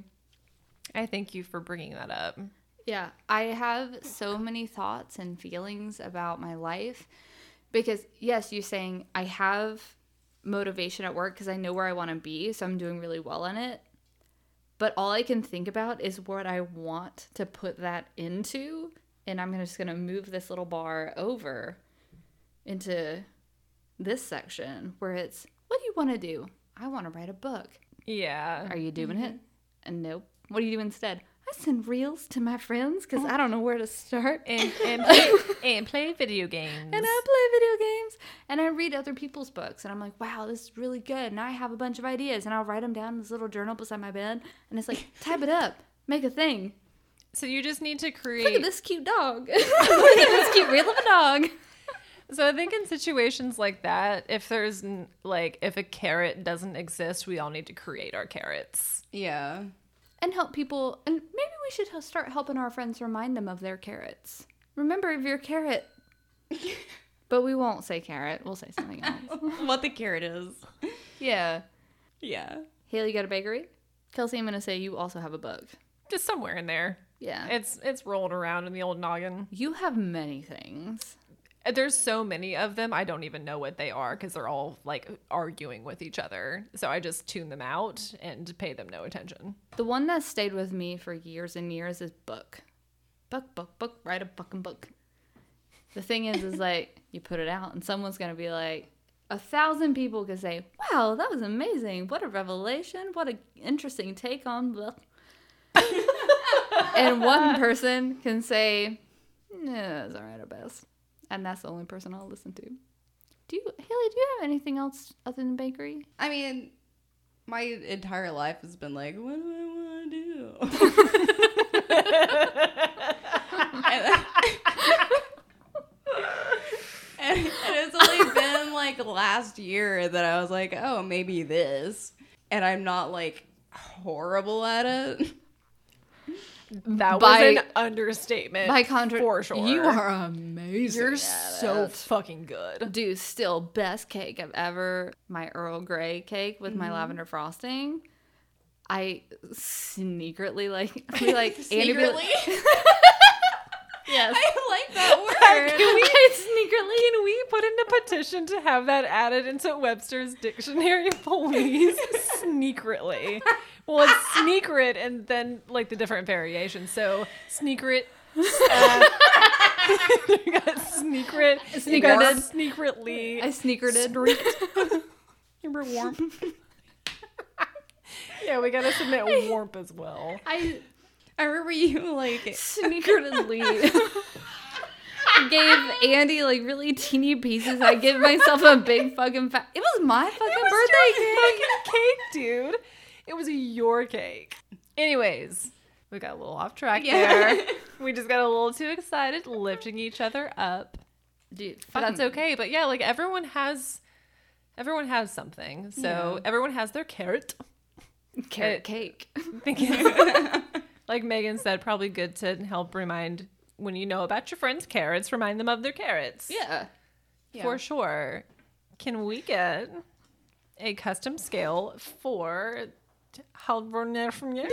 I thank you for bringing that up. Yeah, I have so many thoughts and feelings about my life because, yes, you're saying I have motivation at work because I know where I want to be, so I'm doing really well in it. But all I can think about is what I want to put that into, and I'm gonna- just going to move this little bar over into this section where it's what do you want to do? I want to write a book. Yeah. Are you doing it? And nope. What do you do instead? I send reels to my friends because I don't know where to start. and, and, play, and play video games. and I play video games and I read other people's books and I'm like, wow, this is really good. And I have a bunch of ideas and I'll write them down in this little journal beside my bed. And it's like, type it up, make a thing. so you just need to create. Look at this cute dog. Look at this cute reel of a dog. So I think in situations like that, if there's n- like if a carrot doesn't exist, we all need to create our carrots. Yeah. And help people. And maybe we should h- start helping our friends remind them of their carrots. Remember of your carrot. but we won't say carrot. We'll say something else. what the carrot is. yeah. Yeah. Haley, you got a bakery? Kelsey, I'm going to say you also have a book. Just somewhere in there. Yeah. It's it's rolled around in the old noggin. you have many things. There's so many of them, I don't even know what they are because they're all like arguing with each other. So I just tune them out and pay them no attention. The one that stayed with me for years and years is book. Book, book, book, write a fucking book. The thing is, is like, you put it out and someone's going to be like, a thousand people could say, wow, that was amazing. What a revelation. What an interesting take on blah. and one person can say, no, it's all right at best. And that's the only person I'll listen to. Do you, Haley, do you have anything else other than bakery? I mean, my entire life has been like, what do I want to do? and, and it's only been like last year that I was like, oh, maybe this. And I'm not like horrible at it. That By- was an understatement. by contra- for sure. you are amazing. You're so fucking good. do still best cake I've ever my Earl Grey cake with my lavender frosting. I sneakerly like we like Andy be like- Secretly. yes. I like that word. Can we sneakerly? Can we put in a petition to have that added into Webster's dictionary, please? Sneakritly. Well, it's sneakrit and then like the different variations. So sneakrit. Uh, you got sneakrit. You got sneakritly. I sneakered Remember warmth? yeah, we gotta submit warmth as well. I I remember you like sneakeredly gave Andy like really teeny pieces. I give myself a big fucking fat. It was my fucking birthday cake. Fucking cake, dude. It was your cake. Anyways, we got a little off track Yeah. there. We just got a little too excited, lifting each other up. Dude, But that's fucking- okay. But yeah, like everyone has, everyone has something. So everyone has their carrot. carrot It- cake. Thank you. like Megan said, probably good to help remind when you know about your friends' carrots, remind them of their carrots. Yeah. For sure. Can we get a custom scale for Halvorner from you?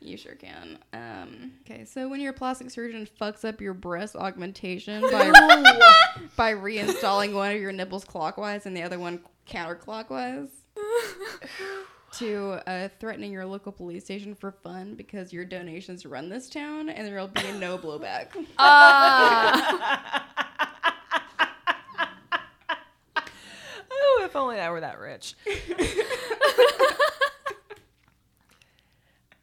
You sure can. Um, okay, so when your plastic surgeon fucks up your breast augmentation by by reinstalling one of your nipples clockwise and the other one counterclockwise, to uh, threatening your local police station for fun because your donations run this town and there'll be no blowback. Oh, if only I were that rich.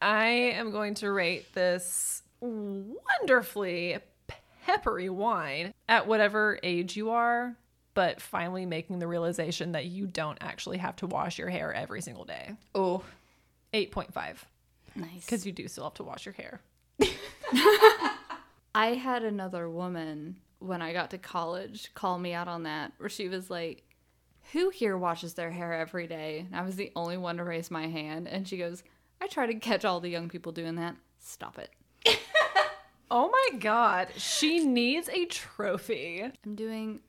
I am going to rate this wonderfully peppery wine at whatever age you are, but finally making the realization that you don't actually have to wash your hair every single day. oh, 8.5, Nice. because you do still have to wash your hair. I had another woman when I got to college call me out on that, where she was like, Who here washes their hair every day? And I was the only one to raise my hand. And she goes, I try to catch all the young people doing that. Stop it. Oh my god, she needs a trophy. I'm doing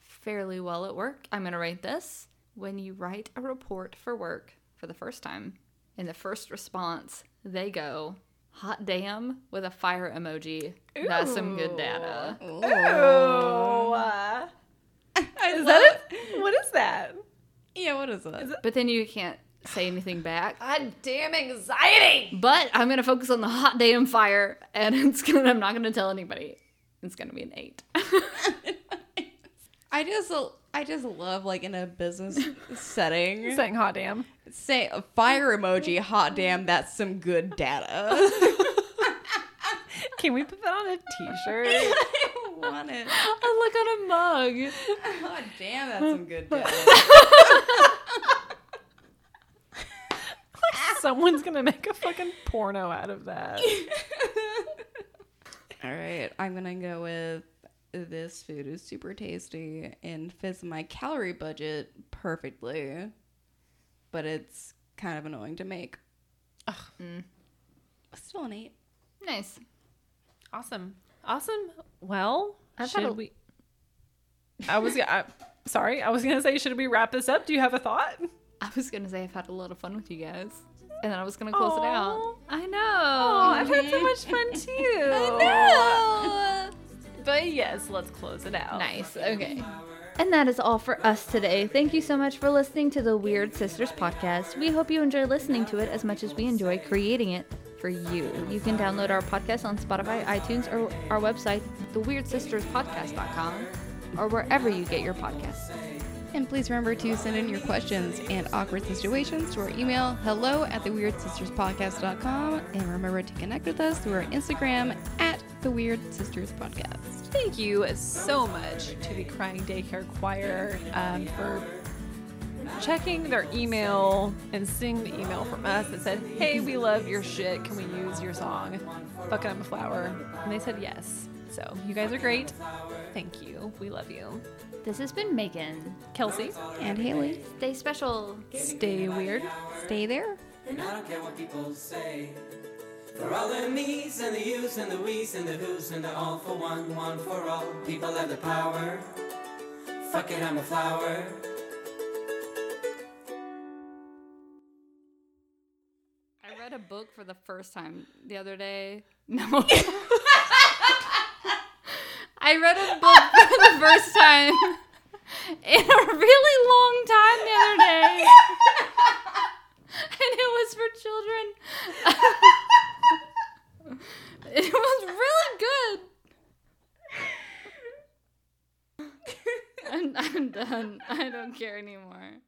fairly well at work. I'm going to rate this. When you write a report for work for the first time, in the first response, they go, Hot damn, with a fire emoji. That's some good data. Oh. is that it? What is that? yeah. What is that? But then you can't say anything back. God damn anxiety. But I'm gonna focus on the hot damn fire, and it's gonna, I'm not gonna tell anybody. It's gonna be an eight. I just I just love like in a business setting Saying hot damn. say a fire emoji hot damn that's some good data. Can we put that on a t-shirt? I want it. I look on a mug. Hot damn that's some good data. Someone's gonna make a fucking porno out of that. All right, I'm gonna go with this food is super tasty and fits my calorie budget perfectly, but it's kind of annoying to make. Still an eight. Nice. Awesome. Awesome. Well, I've had should a- we? I was. I, sorry, I was gonna say, should we wrap this up? Do you have a thought? I was gonna say I've had a lot of fun with you guys, and then I was gonna close it out. Aw. I Oh, know. I've had so much fun too. But yes, let's close it out. Nice. Okay. And that is all for us today. Thank you so much for listening to the Weird Sisters podcast. We hope you enjoy listening to it as much as we enjoy creating it for you. You can download our podcast on Spotify, iTunes, or our website, theweirdsisterspodcast.com, or wherever you get your podcasts. And please remember to send in your questions and awkward situations to our email hello at the weird sisters podcast.com and remember to connect with us through our Instagram at the weird sisters podcast. Thank you so much to the Crying Daycare Choir um, for checking their email and seeing the email from us that said, "Hey, we love your shit. Can we use your song, Bucket I'm a Flower?" And they said yes. So you guys are great. Thank you. We love you, This has been Megan. Kelsey. And Haley, Stay special. Stay weird. stay there. And I don't care what people say. For all the me's and the you's and the we's and the who's and the all for one, one for all. People have the power. Fuck it, I'm a flower. I read a book for the first time the other day. No. I read a book for the first time in a really long time the other day. and it was for children. it was really good. I'm, I'm done. I don't care anymore.